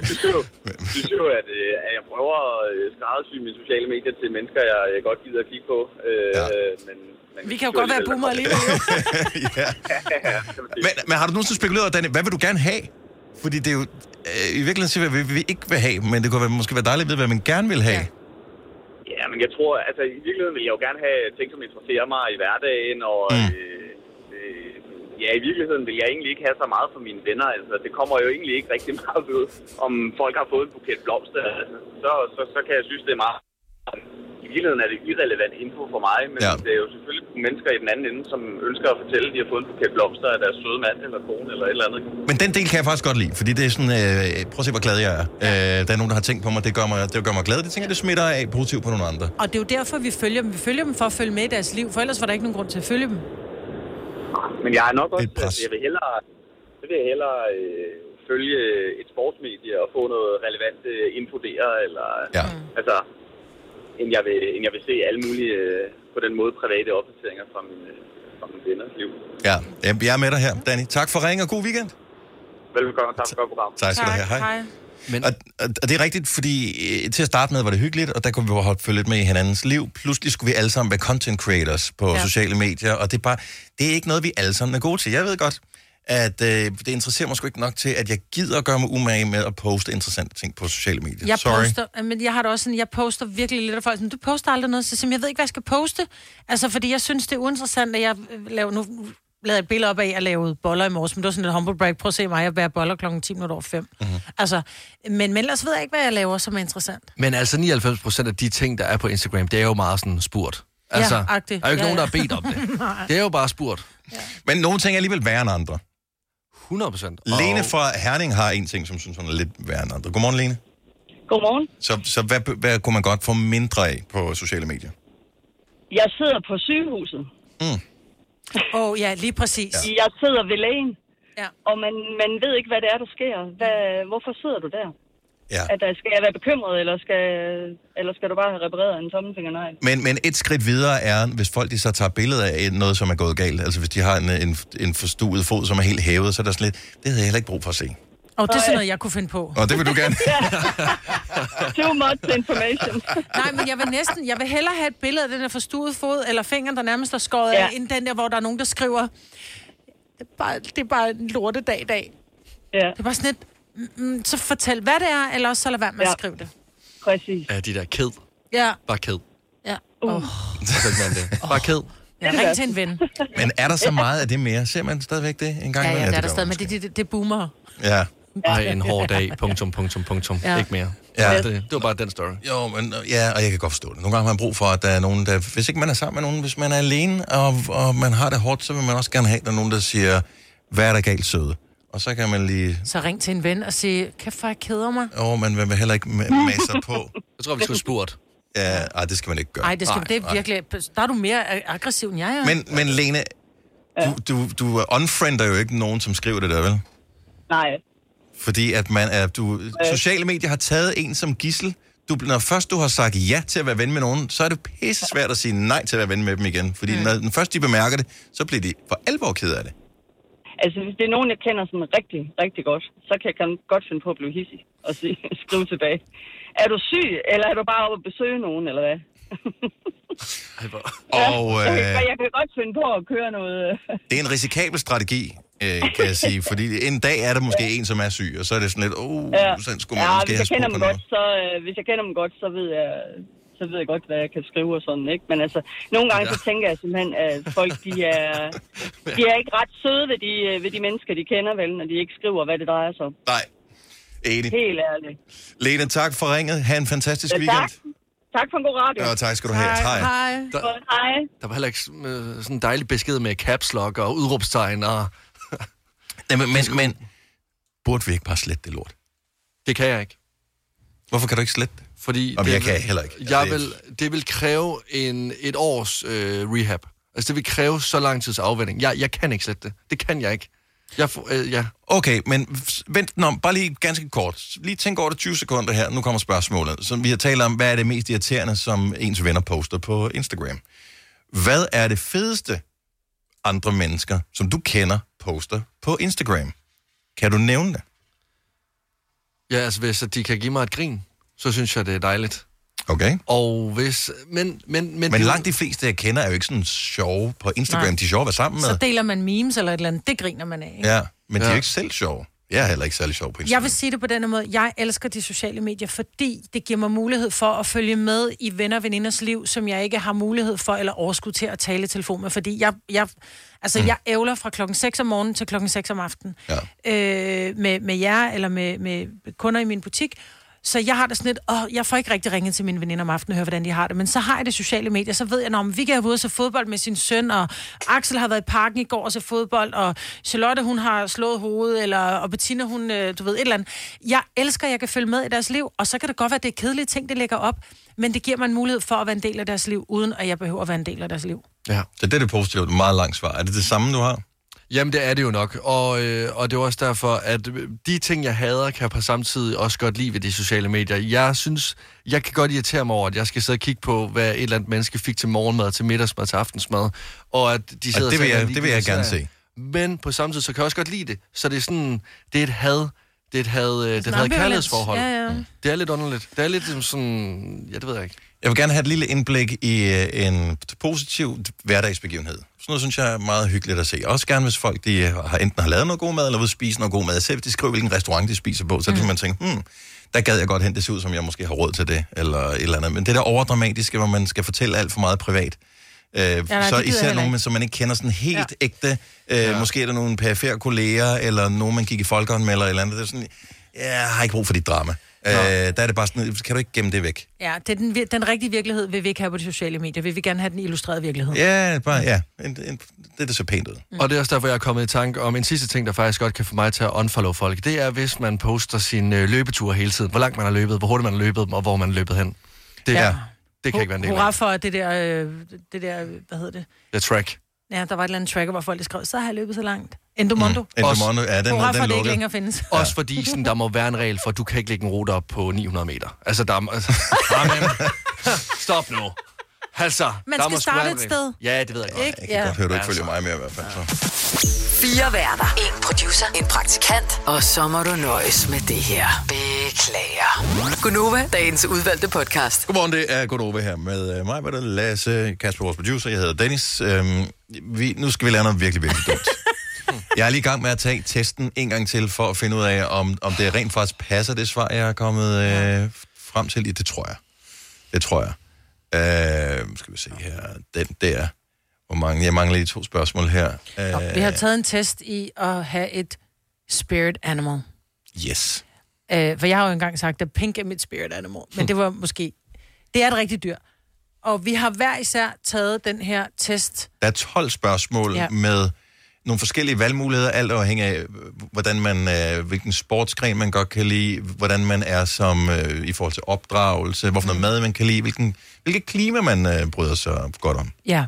[SPEAKER 16] jeg synes jo, jeg synes jo at, øh, at jeg prøver at øh, skræddersy mine sociale medier til mennesker, jeg, jeg godt gider at kigge på. Øh, ja. men, men
[SPEAKER 2] Vi kan jo godt være boomer alligevel.
[SPEAKER 1] ja. men, men har du nogensinde spekuleret, Danny, hvad vil du gerne have? Fordi det er jo øh, i virkeligheden siger, vi, hvad vi ikke vil have, men det kunne være, måske være dejligt at vide, hvad man gerne vil have. Ja.
[SPEAKER 16] Ja, men jeg tror, altså i virkeligheden vil jeg jo gerne have ting, som interesserer mig i hverdagen, og mm. øh, øh, ja, i virkeligheden vil jeg egentlig ikke have så meget for mine venner. Altså, det kommer jo egentlig ikke rigtig meget ved, om folk har fået en buket blomster. Altså, så, så, så kan jeg synes, det er meget... I virkeligheden er det irrelevant info for mig, men ja. det er jo selvfølgelig mennesker i den anden ende, som ønsker at fortælle, at de har fået en buket blomster af deres søde mand eller kone eller et eller andet.
[SPEAKER 1] Men den del kan jeg faktisk godt lide, fordi det er sådan, øh, prøv at se, hvor glad jeg er. Øh, der er nogen, der har tænkt på mig, det gør mig, det gør mig glad. Det tænker, det smitter af positivt på nogle andre.
[SPEAKER 2] Og det er jo derfor, vi følger dem. Vi følger dem for at følge med i deres liv, for ellers var der ikke nogen grund til at følge dem.
[SPEAKER 16] Men jeg er nok også... Altså, jeg vil hellere, jeg vil hellere øh, følge et sportsmedie og få noget relevant øh, info der, eller... Ja. Altså, end jeg, vil, end jeg vil se alle mulige, øh, på den måde, private opdateringer fra min, øh, fra min venners liv.
[SPEAKER 1] Ja, Jamen, jeg er med dig her, Danny. Tak for ringen og god weekend.
[SPEAKER 16] Velbekomme, tak for godt program.
[SPEAKER 1] Tak skal du have. Hej. Men... Og, og, og det er rigtigt, fordi øh, til at starte med var det hyggeligt, og der kunne vi jo holde følge lidt med i hinandens liv. Pludselig skulle vi alle sammen være content creators på ja. sociale medier, og det er, bare, det er ikke noget, vi alle sammen er gode til. Jeg ved godt, at øh, det interesserer mig sgu ikke nok til, at jeg gider at gøre mig umage med at poste interessante ting på sociale medier.
[SPEAKER 2] Jeg
[SPEAKER 1] Sorry.
[SPEAKER 2] poster, men jeg har det også sådan, jeg poster virkelig lidt af folk, sådan, du poster aldrig noget, så jeg siger, jeg ved ikke, hvad jeg skal poste. Altså, fordi jeg synes, det er uinteressant, at jeg øh, laver, nu lavede jeg et billede op af, at jeg lavede boller i morges, men det var sådan lidt humble break. Prøv at se mig, jeg bærer boller klokken 10 minutter over 5. Mm-hmm. Altså, men, men ellers ved jeg ikke, hvad jeg laver, som er interessant.
[SPEAKER 3] Men altså 99 procent af de ting, der er på Instagram, det er jo meget sådan spurt. Altså,
[SPEAKER 2] agtigt.
[SPEAKER 3] der er jo ikke
[SPEAKER 2] Ja,
[SPEAKER 3] nogen, der har
[SPEAKER 2] ja.
[SPEAKER 3] bedt om det.
[SPEAKER 2] Nej.
[SPEAKER 3] Det er jo bare spurt.
[SPEAKER 1] Men nogle ting er alligevel værre end andre.
[SPEAKER 3] 100 procent.
[SPEAKER 1] Lene fra Herning har en ting, som synes, hun er lidt værre end andre. Godmorgen, Lene.
[SPEAKER 8] Godmorgen.
[SPEAKER 1] Så, så hvad, hvad kunne man godt få mindre af på sociale medier?
[SPEAKER 8] Jeg sidder på sygehuset.
[SPEAKER 1] Mm.
[SPEAKER 8] Åh oh, ja, lige præcis. Ja. Jeg sidder ved lægen, ja. og man, man ved ikke, hvad det er, der sker. Hvad, hvorfor sidder du der?
[SPEAKER 1] Ja.
[SPEAKER 8] At, øh, skal jeg være bekymret, eller skal, eller skal du bare have repareret en tommelfingernegl?
[SPEAKER 1] Men, men et skridt videre er, hvis folk de så tager billeder af noget, som er gået galt. Altså hvis de har en, en, en forstuet fod, som er helt hævet, så er der sådan lidt, det havde jeg heller ikke brug for at se.
[SPEAKER 2] Og oh, det er sådan noget, jeg kunne finde på.
[SPEAKER 1] Og det vil du gerne.
[SPEAKER 8] Too much information.
[SPEAKER 2] Nej, men jeg vil næsten, jeg vil hellere have et billede af den der forstuede fod, eller fingeren, der nærmest er skåret ja. af, end den der, hvor der er nogen, der skriver, det er bare, det er bare en lortedag i dag.
[SPEAKER 8] Ja. Det
[SPEAKER 2] er bare sådan lidt, "Mm, mm, så fortæl, hvad det er, eller også så lad være med at
[SPEAKER 8] Ja.
[SPEAKER 2] skrive det.
[SPEAKER 8] Præcis.
[SPEAKER 3] Ja, de der ked.
[SPEAKER 2] Ja.
[SPEAKER 3] Bare ked.
[SPEAKER 2] Ja. Uh.
[SPEAKER 3] Så man det. Bare ked.
[SPEAKER 2] Jeg ringer til en ven.
[SPEAKER 1] Men er der så meget af det mere? Ser man stadigvæk det en gang?
[SPEAKER 2] Ja,
[SPEAKER 1] imellem?
[SPEAKER 2] ja, der er
[SPEAKER 1] det
[SPEAKER 2] der
[SPEAKER 1] gør
[SPEAKER 2] stadig,
[SPEAKER 1] man.
[SPEAKER 2] men det, det, det boomer.
[SPEAKER 1] Ja.
[SPEAKER 3] Ej, en hård dag. Punktum, punktum, punktum.
[SPEAKER 2] Ja.
[SPEAKER 3] Ja. Ikke mere.
[SPEAKER 1] Ja.
[SPEAKER 3] Ja. Altså, Det, det var bare den story.
[SPEAKER 1] Jo, men ja, og jeg kan godt forstå det. Nogle gange har man brug for, at der er nogen, der... Hvis ikke man er sammen med nogen, hvis man er alene, og, og man har det hårdt, så vil man også gerne have, at der er nogen, der siger, hvad er der galt, søde? Og så kan man lige...
[SPEAKER 2] Så ring til en ven og sige, kæft, hvor jeg keder mig.
[SPEAKER 1] Åh, oh, man vil heller ikke ma- masse på.
[SPEAKER 3] Jeg tror, vi skulle spurt.
[SPEAKER 1] Ja, ej, det skal man ikke gøre.
[SPEAKER 2] Nej, det, skal, det er
[SPEAKER 1] nej.
[SPEAKER 2] virkelig... Der er du mere øh, aggressiv, end jeg er.
[SPEAKER 1] Men, men Lene, du, du, du unfriender jo ikke nogen, som skriver det der, vel?
[SPEAKER 8] Nej.
[SPEAKER 1] Fordi at man er, du, sociale medier har taget en som gissel. Du, når først du har sagt ja til at være ven med nogen, så er det pisse svært at sige nej til at være ven med dem igen. Fordi mm. når den først de bemærker det, så bliver de for alvor ked af det.
[SPEAKER 8] Altså, hvis det er nogen, jeg kender sådan rigtig, rigtig godt, så kan jeg kan godt finde på at blive hissig og sige, skrive tilbage. Er du syg, eller er du bare oppe at besøge nogen, eller hvad?
[SPEAKER 1] Og
[SPEAKER 8] Jeg,
[SPEAKER 1] øh,
[SPEAKER 8] kan, jeg kan godt finde på at køre noget... øh,
[SPEAKER 1] det er en risikabel strategi, øh, kan jeg sige. Fordi en dag er der måske en, som er syg, og så er det sådan lidt, åh, oh,
[SPEAKER 8] Ja,
[SPEAKER 1] sådan skulle man
[SPEAKER 8] ja
[SPEAKER 1] måske
[SPEAKER 8] hvis,
[SPEAKER 1] have
[SPEAKER 8] jeg kender
[SPEAKER 1] spurgt på
[SPEAKER 8] dem
[SPEAKER 1] noget.
[SPEAKER 8] godt, så, øh, hvis jeg kender dem godt, så ved jeg så ved jeg godt, hvad jeg kan skrive og sådan, ikke? Men altså, nogle gange, så tænker jeg simpelthen, at folk, de er, de er ikke ret søde ved de, øh, ved de mennesker, de kender, vel, når de ikke skriver, hvad det drejer sig om.
[SPEAKER 1] Nej, enig.
[SPEAKER 8] Helt ærligt.
[SPEAKER 1] Lene, tak for ringet. Ha' en fantastisk
[SPEAKER 8] Ja,
[SPEAKER 1] weekend.
[SPEAKER 8] tak. Tak for en god radio.
[SPEAKER 1] Ja, tak skal du have. Hej. Hej.
[SPEAKER 8] Der... Hej.
[SPEAKER 3] Der var heller ikke sådan, øh, sådan en dejlig besked med caps lock og udråbstegn og...
[SPEAKER 1] Nej, men, men, men burde vi ikke bare slette det lort?
[SPEAKER 3] Det kan jeg ikke.
[SPEAKER 1] Hvorfor kan du ikke slette det?
[SPEAKER 3] Fordi
[SPEAKER 1] Jamen,
[SPEAKER 3] det
[SPEAKER 1] jeg
[SPEAKER 3] vil-
[SPEAKER 1] kan heller ikke. Altså,
[SPEAKER 3] Jeg vil, det vil kræve en, et års øh, rehab. Altså, det vil kræve så lang tids afvænding. Jeg, jeg kan ikke slette det. Det kan jeg ikke. Jeg får, øh, ja.
[SPEAKER 1] Okay, men f- vent nå, bare lige ganske kort. Lige tænk over det 20 sekunder her. Nu kommer spørgsmålet. Så vi har talt om, hvad er det mest irriterende, som ens venner poster på Instagram. Hvad er det fedeste, andre mennesker, som du kender, poster på Instagram? Kan du nævne det?
[SPEAKER 3] Ja, altså, hvis at de kan give mig et grin, så synes jeg, det er dejligt.
[SPEAKER 1] Okay.
[SPEAKER 3] Og hvis... Men, men, men,
[SPEAKER 1] Men langt de fleste, jeg kender, er jo ikke sådan sjove på Instagram.
[SPEAKER 2] Nej.
[SPEAKER 1] Nej. De er sjove at være sammen med.
[SPEAKER 2] Så deler man memes eller et eller andet. Det griner man af. ikke?
[SPEAKER 1] Ja, men ja. de er jo ikke selv sjove. Jeg er heller ikke særlig sjov på Instagram.
[SPEAKER 2] Jeg vil sige det på denne måde. Jeg elsker de sociale medier, fordi det giver mig mulighed for at følge med i venner og veninders liv, som jeg ikke har mulighed for eller overskud til at tale i telefon med. Fordi jeg, jeg, altså, mm. jeg ævler fra klokken 6 om morgenen til klokken 6 om aftenen ja. øh, med, med jer eller med, med kunder i min butik. Så jeg har det sådan lidt, åh, jeg får ikke rigtig ringet til mine veninder om aftenen og høre, hvordan de har det. Men så har jeg det sociale medier, så ved jeg, når vi kan have ude og se fodbold med sin søn, og Axel har været i parken i går og se fodbold, og Charlotte, hun har slået hovedet, eller, og Bettina, hun, øh, du ved, et eller andet. Jeg elsker, at jeg kan følge med i deres liv, og så kan det godt være, at det er kedelige ting, det lægger op, men det giver mig en mulighed for at være en del af deres liv, uden at jeg behøver at være en del af deres liv.
[SPEAKER 3] Ja.
[SPEAKER 1] Så det er det positive. Meget langt svar. Er det det samme, du har?
[SPEAKER 3] Jamen, det er det jo nok. Og, øh, og det er jo også derfor, at de ting, jeg hader, kan jeg på samtidig også godt lide ved de sociale medier. Jeg synes, jeg kan godt irritere mig over, at jeg skal sidde og kigge på, hvad et eller andet menneske fik til morgenmad, til middagsmad, til aftensmad. Og at de sidder
[SPEAKER 1] Og det vil
[SPEAKER 3] og taler
[SPEAKER 1] jeg-
[SPEAKER 3] lige
[SPEAKER 1] det vil jeg
[SPEAKER 3] ved siden
[SPEAKER 1] gerne
[SPEAKER 3] af.
[SPEAKER 1] se.
[SPEAKER 3] Men på samme tid, så kan jeg også godt lide det. Så det er sådan, det er et had, det er et had, øh, det er et had
[SPEAKER 2] ambivalens.
[SPEAKER 3] kærlighedsforhold.
[SPEAKER 2] Ja, ja. Mm.
[SPEAKER 3] Det er lidt underligt. Det er lidt som sådan, ja, det ved jeg ikke.
[SPEAKER 1] Jeg vil gerne have et lille indblik i øh, en positiv hverdagsbegivenhed. Sådan noget synes jeg er meget hyggeligt at se. Også gerne, hvis folk de øh, har, enten har lavet noget god mad, eller vil spise noget god mad. Selv hvis de skriver, hvilken restaurant de spiser på, så mm. kan man tænke, hmm, der gad jeg godt hen, det ser ud som, jeg måske har råd til det, eller et eller andet. Men det der overdramatiske, hvor man skal fortælle alt for meget privat, Øh, ja,
[SPEAKER 9] nej, det
[SPEAKER 1] så
[SPEAKER 9] gider jeg
[SPEAKER 1] især
[SPEAKER 9] heller
[SPEAKER 1] nogen,
[SPEAKER 9] ikke.
[SPEAKER 1] som man ikke kender sådan helt ja. ægte. Øh, ja. Måske er der nogle perifære kolleger, eller nogen, man gik i folkehånd med, eller et eller andet. Det er sådan, jeg har ikke brug for dit drama. Øh, der er det bare sådan, kan du ikke gemme det væk?
[SPEAKER 2] Ja, det er den, vir- den rigtige virkelighed vil vi ikke have på de sociale medier. Vi vil gerne have den illustrerede virkelighed.
[SPEAKER 1] Ja, bare, ja. En, en, det er så pænt ud.
[SPEAKER 3] Mm. Og det er også derfor, jeg er kommet i tanke om en sidste ting, der faktisk godt kan få mig til at unfollow folk. Det er, hvis man poster sin øh, løbetur hele tiden. Hvor langt man har løbet, hvor hurtigt man har løbet dem, og hvor man har løbet hen. Det,
[SPEAKER 2] Ja.
[SPEAKER 3] ja. det kan ikke være en del
[SPEAKER 2] Hurra
[SPEAKER 3] af.
[SPEAKER 2] for det der, øh, det der, øh, hvad hedder det?
[SPEAKER 3] Det er track.
[SPEAKER 2] Ja, der var et eller andet tracker, hvor folk de skrev, så har jeg løbet så langt. Endomondo. Mm.
[SPEAKER 3] Endomondo, ja, den-
[SPEAKER 2] Hurra
[SPEAKER 3] den
[SPEAKER 2] for, at det ikke
[SPEAKER 3] lukkede.
[SPEAKER 2] længere findes.
[SPEAKER 3] Også fordi sådan, der må være en regel for, at du kan ikke lægge en rute op på 900 meter. Altså, der må... Altså, amen. Stop nu. Altså,
[SPEAKER 18] Man
[SPEAKER 3] der
[SPEAKER 18] skal
[SPEAKER 3] må sgu
[SPEAKER 18] starte
[SPEAKER 3] være en
[SPEAKER 18] et
[SPEAKER 3] regel.
[SPEAKER 18] sted.
[SPEAKER 3] Ja, det ved jeg godt.
[SPEAKER 18] Ikke? Jeg kan Ja. godt
[SPEAKER 1] Hører du ikke følge mig mere i hvert fald. Så.
[SPEAKER 5] Fire værter. En producer. En praktikant. Og så må du nøjes med det her. Beklager. Gunova, dagens udvalgte podcast.
[SPEAKER 1] Godmorgen, det er Godove her med øh, mig, med Lasse, Kasper, vores producer. Jeg hedder Dennis. Øhm, vi, nu skal vi lave noget virkelig, virkelig dumt. Jeg er lige i gang med at tage testen en gang til, for at finde ud af, om, om det rent faktisk passer det svar, jeg er kommet øh, frem til. Det tror jeg. Det tror jeg. Øh, skal vi se her. Den der. Hvor mange? Jeg mangler lige to spørgsmål her. Øh,
[SPEAKER 2] Vi har taget en test i at have et spirit animal.
[SPEAKER 1] Yes.
[SPEAKER 2] Øh, for jeg har jo engang sagt, at pink er mit spirit animal. Men det var måske... Det er et rigtigt dyr. Og vi har hver især taget den her test.
[SPEAKER 1] Der er 12 spørgsmål
[SPEAKER 2] Ja.
[SPEAKER 1] ja. med nogle forskellige valgmuligheder, alt afhængig af, øh, hvordan man, øh, hvilken sportsgren man godt kan lide, hvordan man er som øh, i forhold til opdragelse, hvorfor noget mad man kan lide, hvilken, hvilket klima man øh, bryder sig godt om.
[SPEAKER 2] Ja.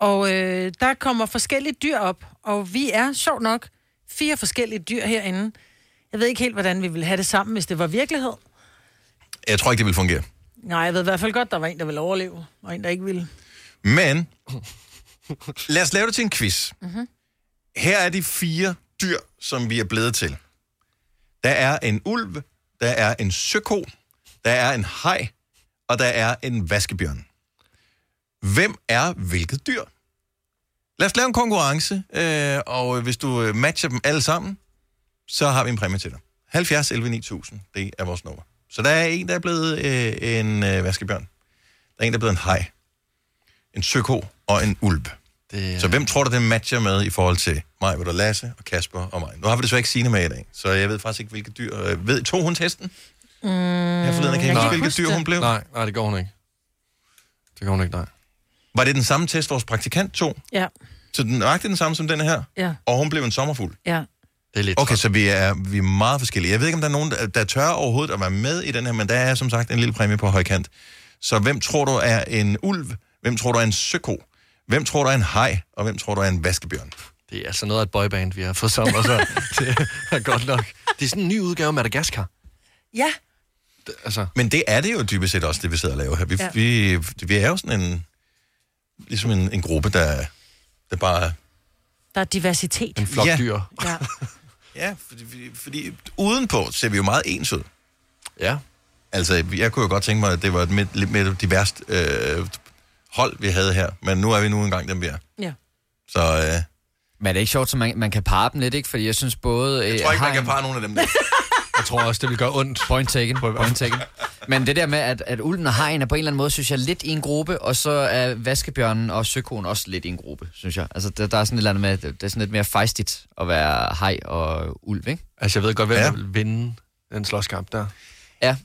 [SPEAKER 2] Og øh, der kommer forskellige dyr op. Og vi er, sjovt nok, fire forskellige dyr herinde. Jeg ved ikke helt, hvordan vi ville have det sammen, hvis det var virkelighed.
[SPEAKER 1] Jeg tror ikke, det vil fungere.
[SPEAKER 2] Nej, jeg ved i hvert fald godt, der var en, der ville overleve, og en, der ikke ville.
[SPEAKER 1] Men lad os lave det til en quiz.
[SPEAKER 2] Mhm.
[SPEAKER 1] Her er de fire dyr, som vi er blevet til. Der er en ulv, der er en søko, der er en haj, og der er en vaskebjørn. Hvem er hvilket dyr? Lad os lave en konkurrence, øh, og hvis du øh, matcher dem alle sammen, så har vi en præmie til dig. 70 11 9000, det er vores nummer. Så der er en, der er blevet øh, en øh, vaskebjørn. Der er en, der er blevet en haj en søko og en ulv.
[SPEAKER 3] Det
[SPEAKER 1] Så hvem tror du, den matcher med i forhold til mig, hvor der Lasse og Kasper og mig? Nu har vi desværre ikke Signe med i dag, så jeg ved faktisk ikke, hvilke dyr... Øh, ved, tog hun testen?
[SPEAKER 2] Mm,
[SPEAKER 1] Jeg forleden kan ikke huske, hvilket dyr hun blev.
[SPEAKER 3] Nej, nej, det går hun ikke. Det går hun ikke, nej.
[SPEAKER 1] Var det den samme test, vores praktikant tog?
[SPEAKER 2] Ja,
[SPEAKER 1] Så den nøjagtig den samme som den her?
[SPEAKER 2] ja,
[SPEAKER 1] Og hun blev en sommerfugl?
[SPEAKER 2] ja.
[SPEAKER 3] Det er lidt
[SPEAKER 1] okay, så vi er, vi er meget forskellige. Jeg ved ikke, om der er nogen, der, der tør overhovedet at være med i den her, men der er som sagt en lille præmie på højkant. Så hvem tror du er en ulv? Hvem tror du er en søko? Hvem tror du er en haj? Og hvem tror du er en vaskebjørn?
[SPEAKER 3] Det er altså noget af et boyband, vi har fået sammen, og så det er godt nok. Det er sådan en ny udgave af Madagaskar.
[SPEAKER 2] Ja,
[SPEAKER 3] Altså.
[SPEAKER 1] Men det er det jo dybest set også, det vi sidder og laver her. Vi,
[SPEAKER 2] Ja.
[SPEAKER 1] ja. vi, vi er jo sådan en, ligesom en, en gruppe, der, der bare er
[SPEAKER 2] der er diversitet.
[SPEAKER 1] en flok
[SPEAKER 2] ja.
[SPEAKER 1] ja. dyr.
[SPEAKER 2] Ja.
[SPEAKER 1] Ja, fordi, fordi- fordi udenpå ser vi jo meget ens ud.
[SPEAKER 3] Ja.
[SPEAKER 1] Altså, jeg kunne jo godt tænke mig, at det var et med, lidt mere diverst øh, hold, vi havde her. Men nu er vi nu engang dem, vi er.
[SPEAKER 2] Ja.
[SPEAKER 1] Så øh,
[SPEAKER 4] Men er det ikke sjovt, så man, man kan parre dem lidt, ikke? Fordi jeg synes både... øh, Jeg
[SPEAKER 1] tror ikke, man kan parre nogen af dem der.
[SPEAKER 3] jeg tror også, det vil gøre ondt.
[SPEAKER 4] Point taken, point taken. Men det der med, at, at ulven og hajen er på en eller anden måde, synes jeg, lidt i en gruppe, og så er vaskebjørnen og søkoen også lidt i en gruppe, synes jeg. Altså, der, der er sådan et eller andet med, det er sådan lidt mere fejstigt at være haj og ulv, ikke?
[SPEAKER 3] Altså, jeg ved godt, hvem der vil vinde den slåskamp der.
[SPEAKER 4] Ja.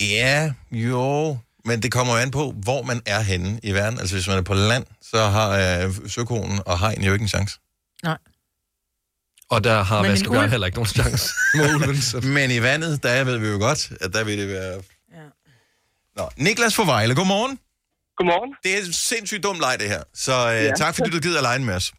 [SPEAKER 1] ja, jo. Men det kommer jo an på, hvor man er henne i verden. Altså, hvis man er på land, så har øh, søkonen og hegn jo ikke en chance.
[SPEAKER 3] Og der har
[SPEAKER 1] Men en
[SPEAKER 3] Vaskebjørn
[SPEAKER 1] ulv-
[SPEAKER 3] heller ikke nogen chance mod ulven. Så.
[SPEAKER 1] Men i vandet, der ved vi jo godt, at der vil det være... Ja. Nå, Niklas for Vejle, godmorgen.
[SPEAKER 9] Godmorgen.
[SPEAKER 1] Det er en sindssygt dum leg, det her. Så øh,
[SPEAKER 9] Ja.
[SPEAKER 1] ja. tak, fordi du gider at lege den med os.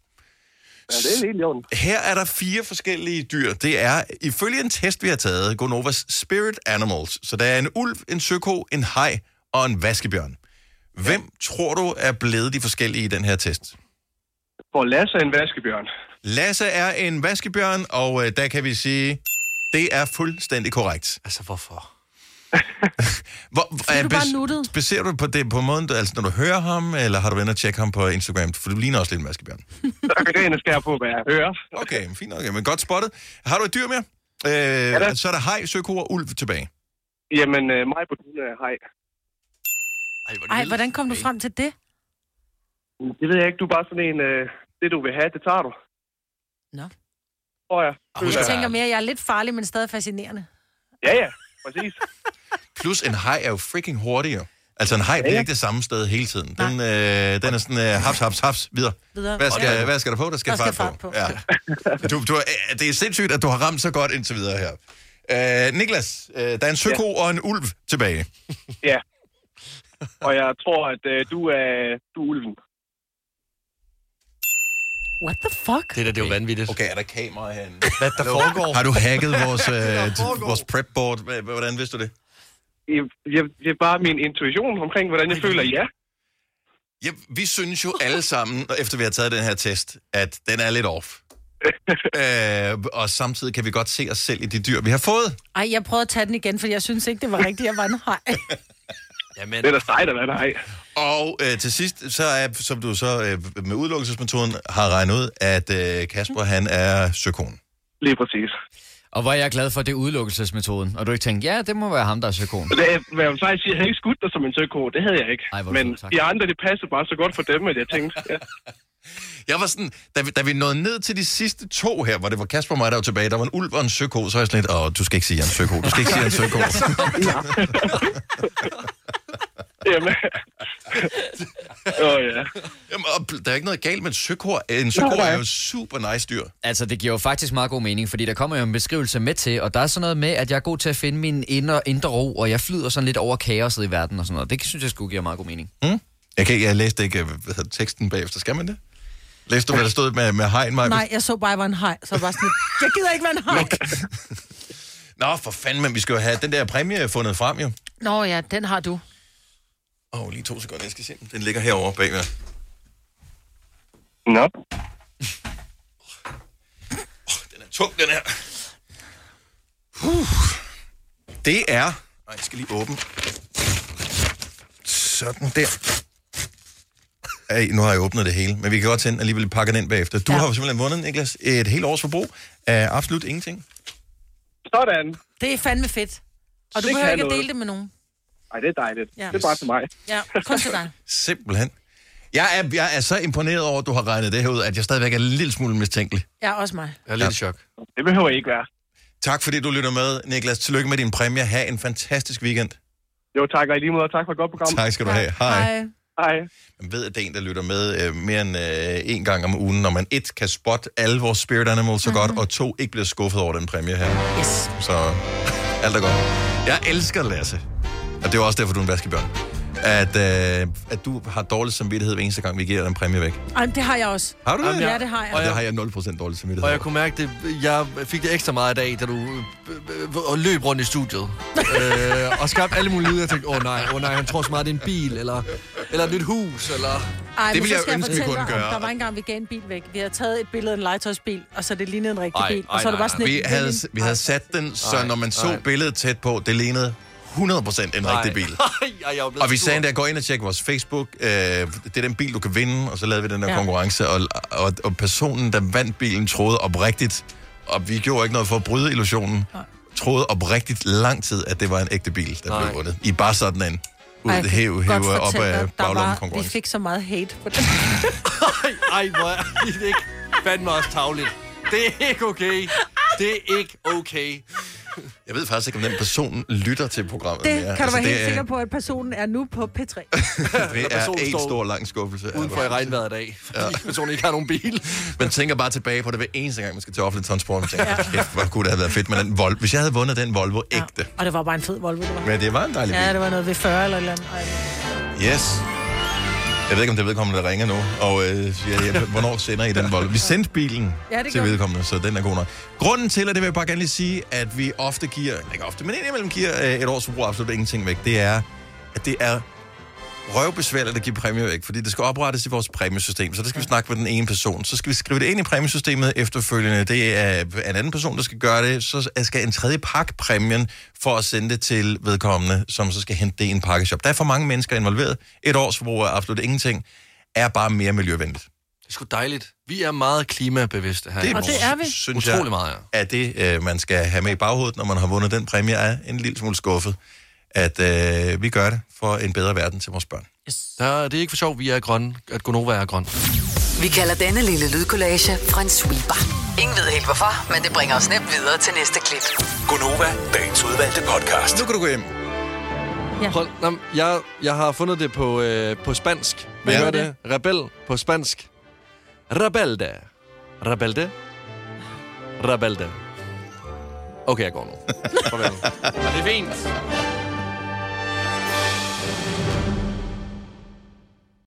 [SPEAKER 9] Ja, det er helt i orden.
[SPEAKER 1] Her er der fire forskellige dyr. Det er, ifølge en test, vi har taget, Gonovas Spirit Animals. Så der er en ulv, en søko, en haj og en vaskebjørn. Hvem tror du er blevet de forskellige i den her test?
[SPEAKER 9] Hvor Lasse er en vaskebjørn.
[SPEAKER 1] Lasse er en vaskebjørn, og øh, der kan vi sige, det er fuldstændig korrekt.
[SPEAKER 3] Altså, hvorfor?
[SPEAKER 1] Hvor,
[SPEAKER 2] Fordi du bare nuttede.
[SPEAKER 1] Baserer du på det på måden, du- altså når du hører ham, eller har du været inde og tjekke ham på Instagram? For du ligner også lidt en vaskebjørn.
[SPEAKER 9] Så kan det ene skære på, hvad jeg hører.
[SPEAKER 1] Okay, men fint nok. Men godt spottet. Har du et dyr mere? Øh, ja, så er der hej, søko og ulv tilbage.
[SPEAKER 9] Jamen, øh, mig på din hej.
[SPEAKER 2] Ej, hvordan kom du frem til det?
[SPEAKER 9] Det ved jeg ikke, du er bare sådan en, øh, det du vil have, det tager du.
[SPEAKER 2] Nå. Ah,
[SPEAKER 9] Tror jeg.
[SPEAKER 2] Jeg tænker mere, at jeg er lidt farlig, men stadig fascinerende.
[SPEAKER 9] Ja, ja. Præcis.
[SPEAKER 1] Plus en hej er jo freaking hurtigere. Altså en hej bliver
[SPEAKER 9] ja.
[SPEAKER 1] ikke det samme sted hele tiden. Den, øh, den er sådan, øh, haps, haps, haps, videre.
[SPEAKER 2] Videre.
[SPEAKER 1] Hvad skal,
[SPEAKER 2] Ja.
[SPEAKER 1] hvad skal der på? Der skal, fart, på. Ja. Du, du, er- det er sindssygt, at du har ramt så godt indtil videre her. Øh, Niklas, øh, der er en søko ja. og en ulv tilbage.
[SPEAKER 9] Ja. Og jeg tror, at øh, du, er, du er ulven.
[SPEAKER 2] What the fuck?
[SPEAKER 3] Det der, det er jo vanvittigt.
[SPEAKER 1] Okay, er der kamera herinde?
[SPEAKER 3] Hvad der foregår?
[SPEAKER 1] Har du hacket vores, øh,
[SPEAKER 9] der foregår.
[SPEAKER 1] vores prep-board? Hva- Hvordan vidste du det?
[SPEAKER 9] Jeg, jeg, det er bare min intuition omkring, hvordan jeg føler, ja.
[SPEAKER 1] Ja, vi synes jo alle sammen, efter vi har taget den her test, at den er lidt off. øh, og samtidig kan vi godt se os selv i de dyr, vi har fået.
[SPEAKER 2] Ej, jeg prøvede at tage den igen, for jeg synes ikke, det var rigtigt, jeg var en hej.
[SPEAKER 3] Jamen.
[SPEAKER 9] Det er da sejt at være dig.
[SPEAKER 1] Og øh, til sidst, så er, som du så øh, med udelukkelsesmetoden har regnet ud, at øh, Kasper, han er søkon.
[SPEAKER 9] Lige præcis.
[SPEAKER 4] Og hvor er jeg glad for, at det er udelukkelsesmetoden. Og du ikke tænkte, ja, det må være ham, der er søkon.
[SPEAKER 9] Det, er- hvad jeg vil faktisk sige, jeg havde ikke skudt dig som en søko, det havde jeg ikke.
[SPEAKER 4] Ej, hvor er det
[SPEAKER 9] Men
[SPEAKER 4] godt, tak.
[SPEAKER 9] de andre, det passede bare så godt for dem, at jeg tænkte, ja.
[SPEAKER 1] Jeg var sådan, da vi, da vi nåede ned til de sidste to her, hvor det var Kasper og mig, der var tilbage, der var en ulv og en søko, så er jeg sådan lidt, åh, du skal ikke sige, at jeg er en søko, du skal ikke sige, at jeg er en søko.
[SPEAKER 9] Jamen. Åh, ja.
[SPEAKER 1] Jamen, og pl- der er ikke noget galt med en søko. En søko er jo super nice dyr.
[SPEAKER 4] Altså, det giver jo faktisk meget god mening, fordi der kommer jo en beskrivelse med til, og der er sådan noget med, at jeg er god til at finde min indre, indre ro, og jeg flyder sådan lidt over kaoset i verden og sådan noget. Det synes jeg skulle give meget god mening.
[SPEAKER 1] Mm? Jeg, kan, ikke- jeg læste ikke øh, hvad hedder det, teksten bagefter. Skal man det? Læste du, hvad der stod med, med hegn, Maja?
[SPEAKER 2] Nej, jeg så bare, at jeg var en hej, så jeg var sådan, lidt, jeg gider ikke være en hej.
[SPEAKER 1] Nå, for fanden, men vi skal jo have den der præmie fundet frem, jo.
[SPEAKER 2] Nå ja, den har du.
[SPEAKER 1] Åh, oh, lige to sekunder, jeg skal se den. Den ligger herovre bagved.
[SPEAKER 9] Nå.
[SPEAKER 1] Den er tung, den her. Uh. Det er... Nej, jeg skal lige åbne. Sådan der. Ej, nu har jeg åbnet det hele, men vi kan godt tænde alligevel pakke den ind bagefter. Du ja. har jo simpelthen vundet, Niklas, et helt års forbrug af absolut ingenting.
[SPEAKER 9] Sådan.
[SPEAKER 2] Det er fandme fedt. Og du
[SPEAKER 9] Det
[SPEAKER 2] behøver
[SPEAKER 9] kan
[SPEAKER 2] ikke at
[SPEAKER 9] noget.
[SPEAKER 2] dele det med nogen.
[SPEAKER 9] Ej, det er dejligt.
[SPEAKER 2] Ja.
[SPEAKER 9] Ja. Det er bare til mig.
[SPEAKER 2] Ja, kun til dig.
[SPEAKER 1] Simpelthen. Jeg er, jeg er så imponeret over, at du har regnet det her ud, at jeg stadigvæk er en lille smule mistænkelig.
[SPEAKER 2] Ja, også mig.
[SPEAKER 1] Jeg er lidt ja. i chok.
[SPEAKER 9] Det behøver I ikke være.
[SPEAKER 1] Tak fordi du lytter med, Niklas. Tillykke med din præmie. Ha' en fantastisk weekend.
[SPEAKER 9] Jo, tak, og i lige måde, og tak for et godt program.
[SPEAKER 1] Tak skal du have. Hej.
[SPEAKER 9] Hej.
[SPEAKER 1] Man ved, at det er en, der lytter med øh, mere end øh, en gang om ugen, når man et kan spotte alle vores spirit animals så godt, og to ikke bliver skuffet over den præmie her.
[SPEAKER 2] Yes.
[SPEAKER 1] Så alt er godt. Jeg elsker Lasse. Og det er jo også derfor, du er en vaskebjørn. At, øh, at du har dårlig samvittighed hver eneste gang, vi giver dig en præmie væk.
[SPEAKER 2] Ej, men det har jeg også.
[SPEAKER 1] Har du det?
[SPEAKER 2] Ja, det har jeg.
[SPEAKER 1] Og det har jeg 0% dårlig samvittighed.
[SPEAKER 3] Og jeg kunne mærke, det, jeg fik det ekstra meget i dag, da du øh, øh, og løb rundt i studiet. øh, og skabte alle mulige lyder. Jeg tænkte, åh oh, nej, åh oh, nej, han tror så meget, det er en bil, eller, eller et nyt hus, eller...
[SPEAKER 2] Ej, men så skal fortælle dig om, Der var engang, vi gav en bil væk. Vi havde taget et billede af en legetøjsbil, og så det lignede en rigtig bil. Og så er det bare sådan
[SPEAKER 1] vi,
[SPEAKER 2] et-
[SPEAKER 1] havde, vi havde sat den, så
[SPEAKER 3] Ej,
[SPEAKER 1] når man så
[SPEAKER 3] ej.
[SPEAKER 1] billedet tæt på, det lignede 100% en rigtig bil.
[SPEAKER 3] Ej, jeg er blevet
[SPEAKER 1] Og vi
[SPEAKER 3] sur.
[SPEAKER 1] sagde endda, gå ind og tjek vores Facebook. Øh, det er den bil, du kan vinde. Og så lavede vi den der
[SPEAKER 3] Ja.
[SPEAKER 1] ja. konkurrence. Og, og, og personen, der vandt bilen, troede oprigtigt. Og vi gjorde ikke noget for at bryde illusionen. Nej. Troede oprigtigt lang tid, at det var en ægte bil, der Nej. blev vundet. I bare sådan en ud,
[SPEAKER 2] Ej, jeg
[SPEAKER 1] hæv,
[SPEAKER 2] kan
[SPEAKER 1] hæv,
[SPEAKER 2] godt
[SPEAKER 1] hæv op
[SPEAKER 2] fortælle dig,
[SPEAKER 1] af
[SPEAKER 2] der var-
[SPEAKER 1] baglommen
[SPEAKER 2] Vi
[SPEAKER 1] konkurrence.
[SPEAKER 2] fik så meget hate på det.
[SPEAKER 3] Ej, ej, hvor er det ikke fandme også tavligt. Det er ikke okay. Det er ikke okay.
[SPEAKER 1] Jeg ved faktisk ikke, om den person lytter til programmet
[SPEAKER 2] Det
[SPEAKER 1] mere.
[SPEAKER 2] kan du være helt
[SPEAKER 1] altså, det er,
[SPEAKER 2] sikker på, at personen er nu på P3.
[SPEAKER 1] Det
[SPEAKER 3] Når
[SPEAKER 1] er
[SPEAKER 3] personen
[SPEAKER 1] en
[SPEAKER 3] står
[SPEAKER 1] stor lang skuffelse.
[SPEAKER 3] udenfor i regnvejret i dag, fordi personen ikke har nogen bil.
[SPEAKER 1] Man tænker bare tilbage på det hver eneste gang, man skal til offentlig transport. Man tænker, kæft, hvor kunne det have været fedt med den Volvo. Hvis jeg havde vundet den Volvo ægte.
[SPEAKER 2] Og det var bare en fed Volvo, det var.
[SPEAKER 1] Men det var en dejlig bil.
[SPEAKER 2] Ja, det var noget ved 40 eller et eller andet. Ej,
[SPEAKER 1] Yes. Jeg ved ikke, om det er vedkommende, der ringer nu, og øh, siger, ja, hvornår sender I den bold? Vi sendte bilen
[SPEAKER 2] Ja,
[SPEAKER 1] ja,
[SPEAKER 2] det
[SPEAKER 1] til
[SPEAKER 2] gør vi.
[SPEAKER 1] vedkommende, så den er god nok. Grunden til, at det vil jeg bare gerne lige sige, at vi ofte giver, ikke ofte, men indimellem giver øh, et års forbrug af absolut ingenting væk, det er, at det er røvbesværligt at give præmier væk, fordi det skal oprettes i vores præmiesystem, så der skal vi snakke med den ene person. Så skal vi skrive det ind i præmiesystemet efterfølgende. Det er en anden person, der skal gøre det. Så skal en tredje pakke præmien for at sende det til vedkommende, som så skal hente det i en pakkeshop. Der er for mange mennesker involveret. Et års forbrug af absolut ingenting er bare mere miljøvenligt.
[SPEAKER 3] Det er sgu dejligt. Vi er meget klimabevidste her. i
[SPEAKER 1] Det,
[SPEAKER 3] morgen.
[SPEAKER 1] Synes
[SPEAKER 3] Utrolig
[SPEAKER 1] jeg,
[SPEAKER 3] meget, ja.
[SPEAKER 1] er det, øh, man skal have med i baghovedet, når man har vundet den præmie, er en lille smule skuffet, at øh, vi gør det for en bedre verden til vores børn.
[SPEAKER 3] Der, det er ikke for sjovt, vi er grønne. At Gonova er grøn.
[SPEAKER 5] Vi kalder denne lille lydkollage Frans sweeper. Ingen ved helt hvorfor, men det bringer os nemt videre til næste klip.
[SPEAKER 7] Gunova, dagens udvalgte podcast.
[SPEAKER 1] Nu kan du gå hjem.
[SPEAKER 3] Ja. Hold, nå, men jeg, jeg har fundet det på, øh, på spansk. Vil
[SPEAKER 1] Ja.
[SPEAKER 3] ja. høre det? Rebel på spansk. Rebelde. Rebelde. Rebelde. Okay, jeg går nu. Farvel. det er fint.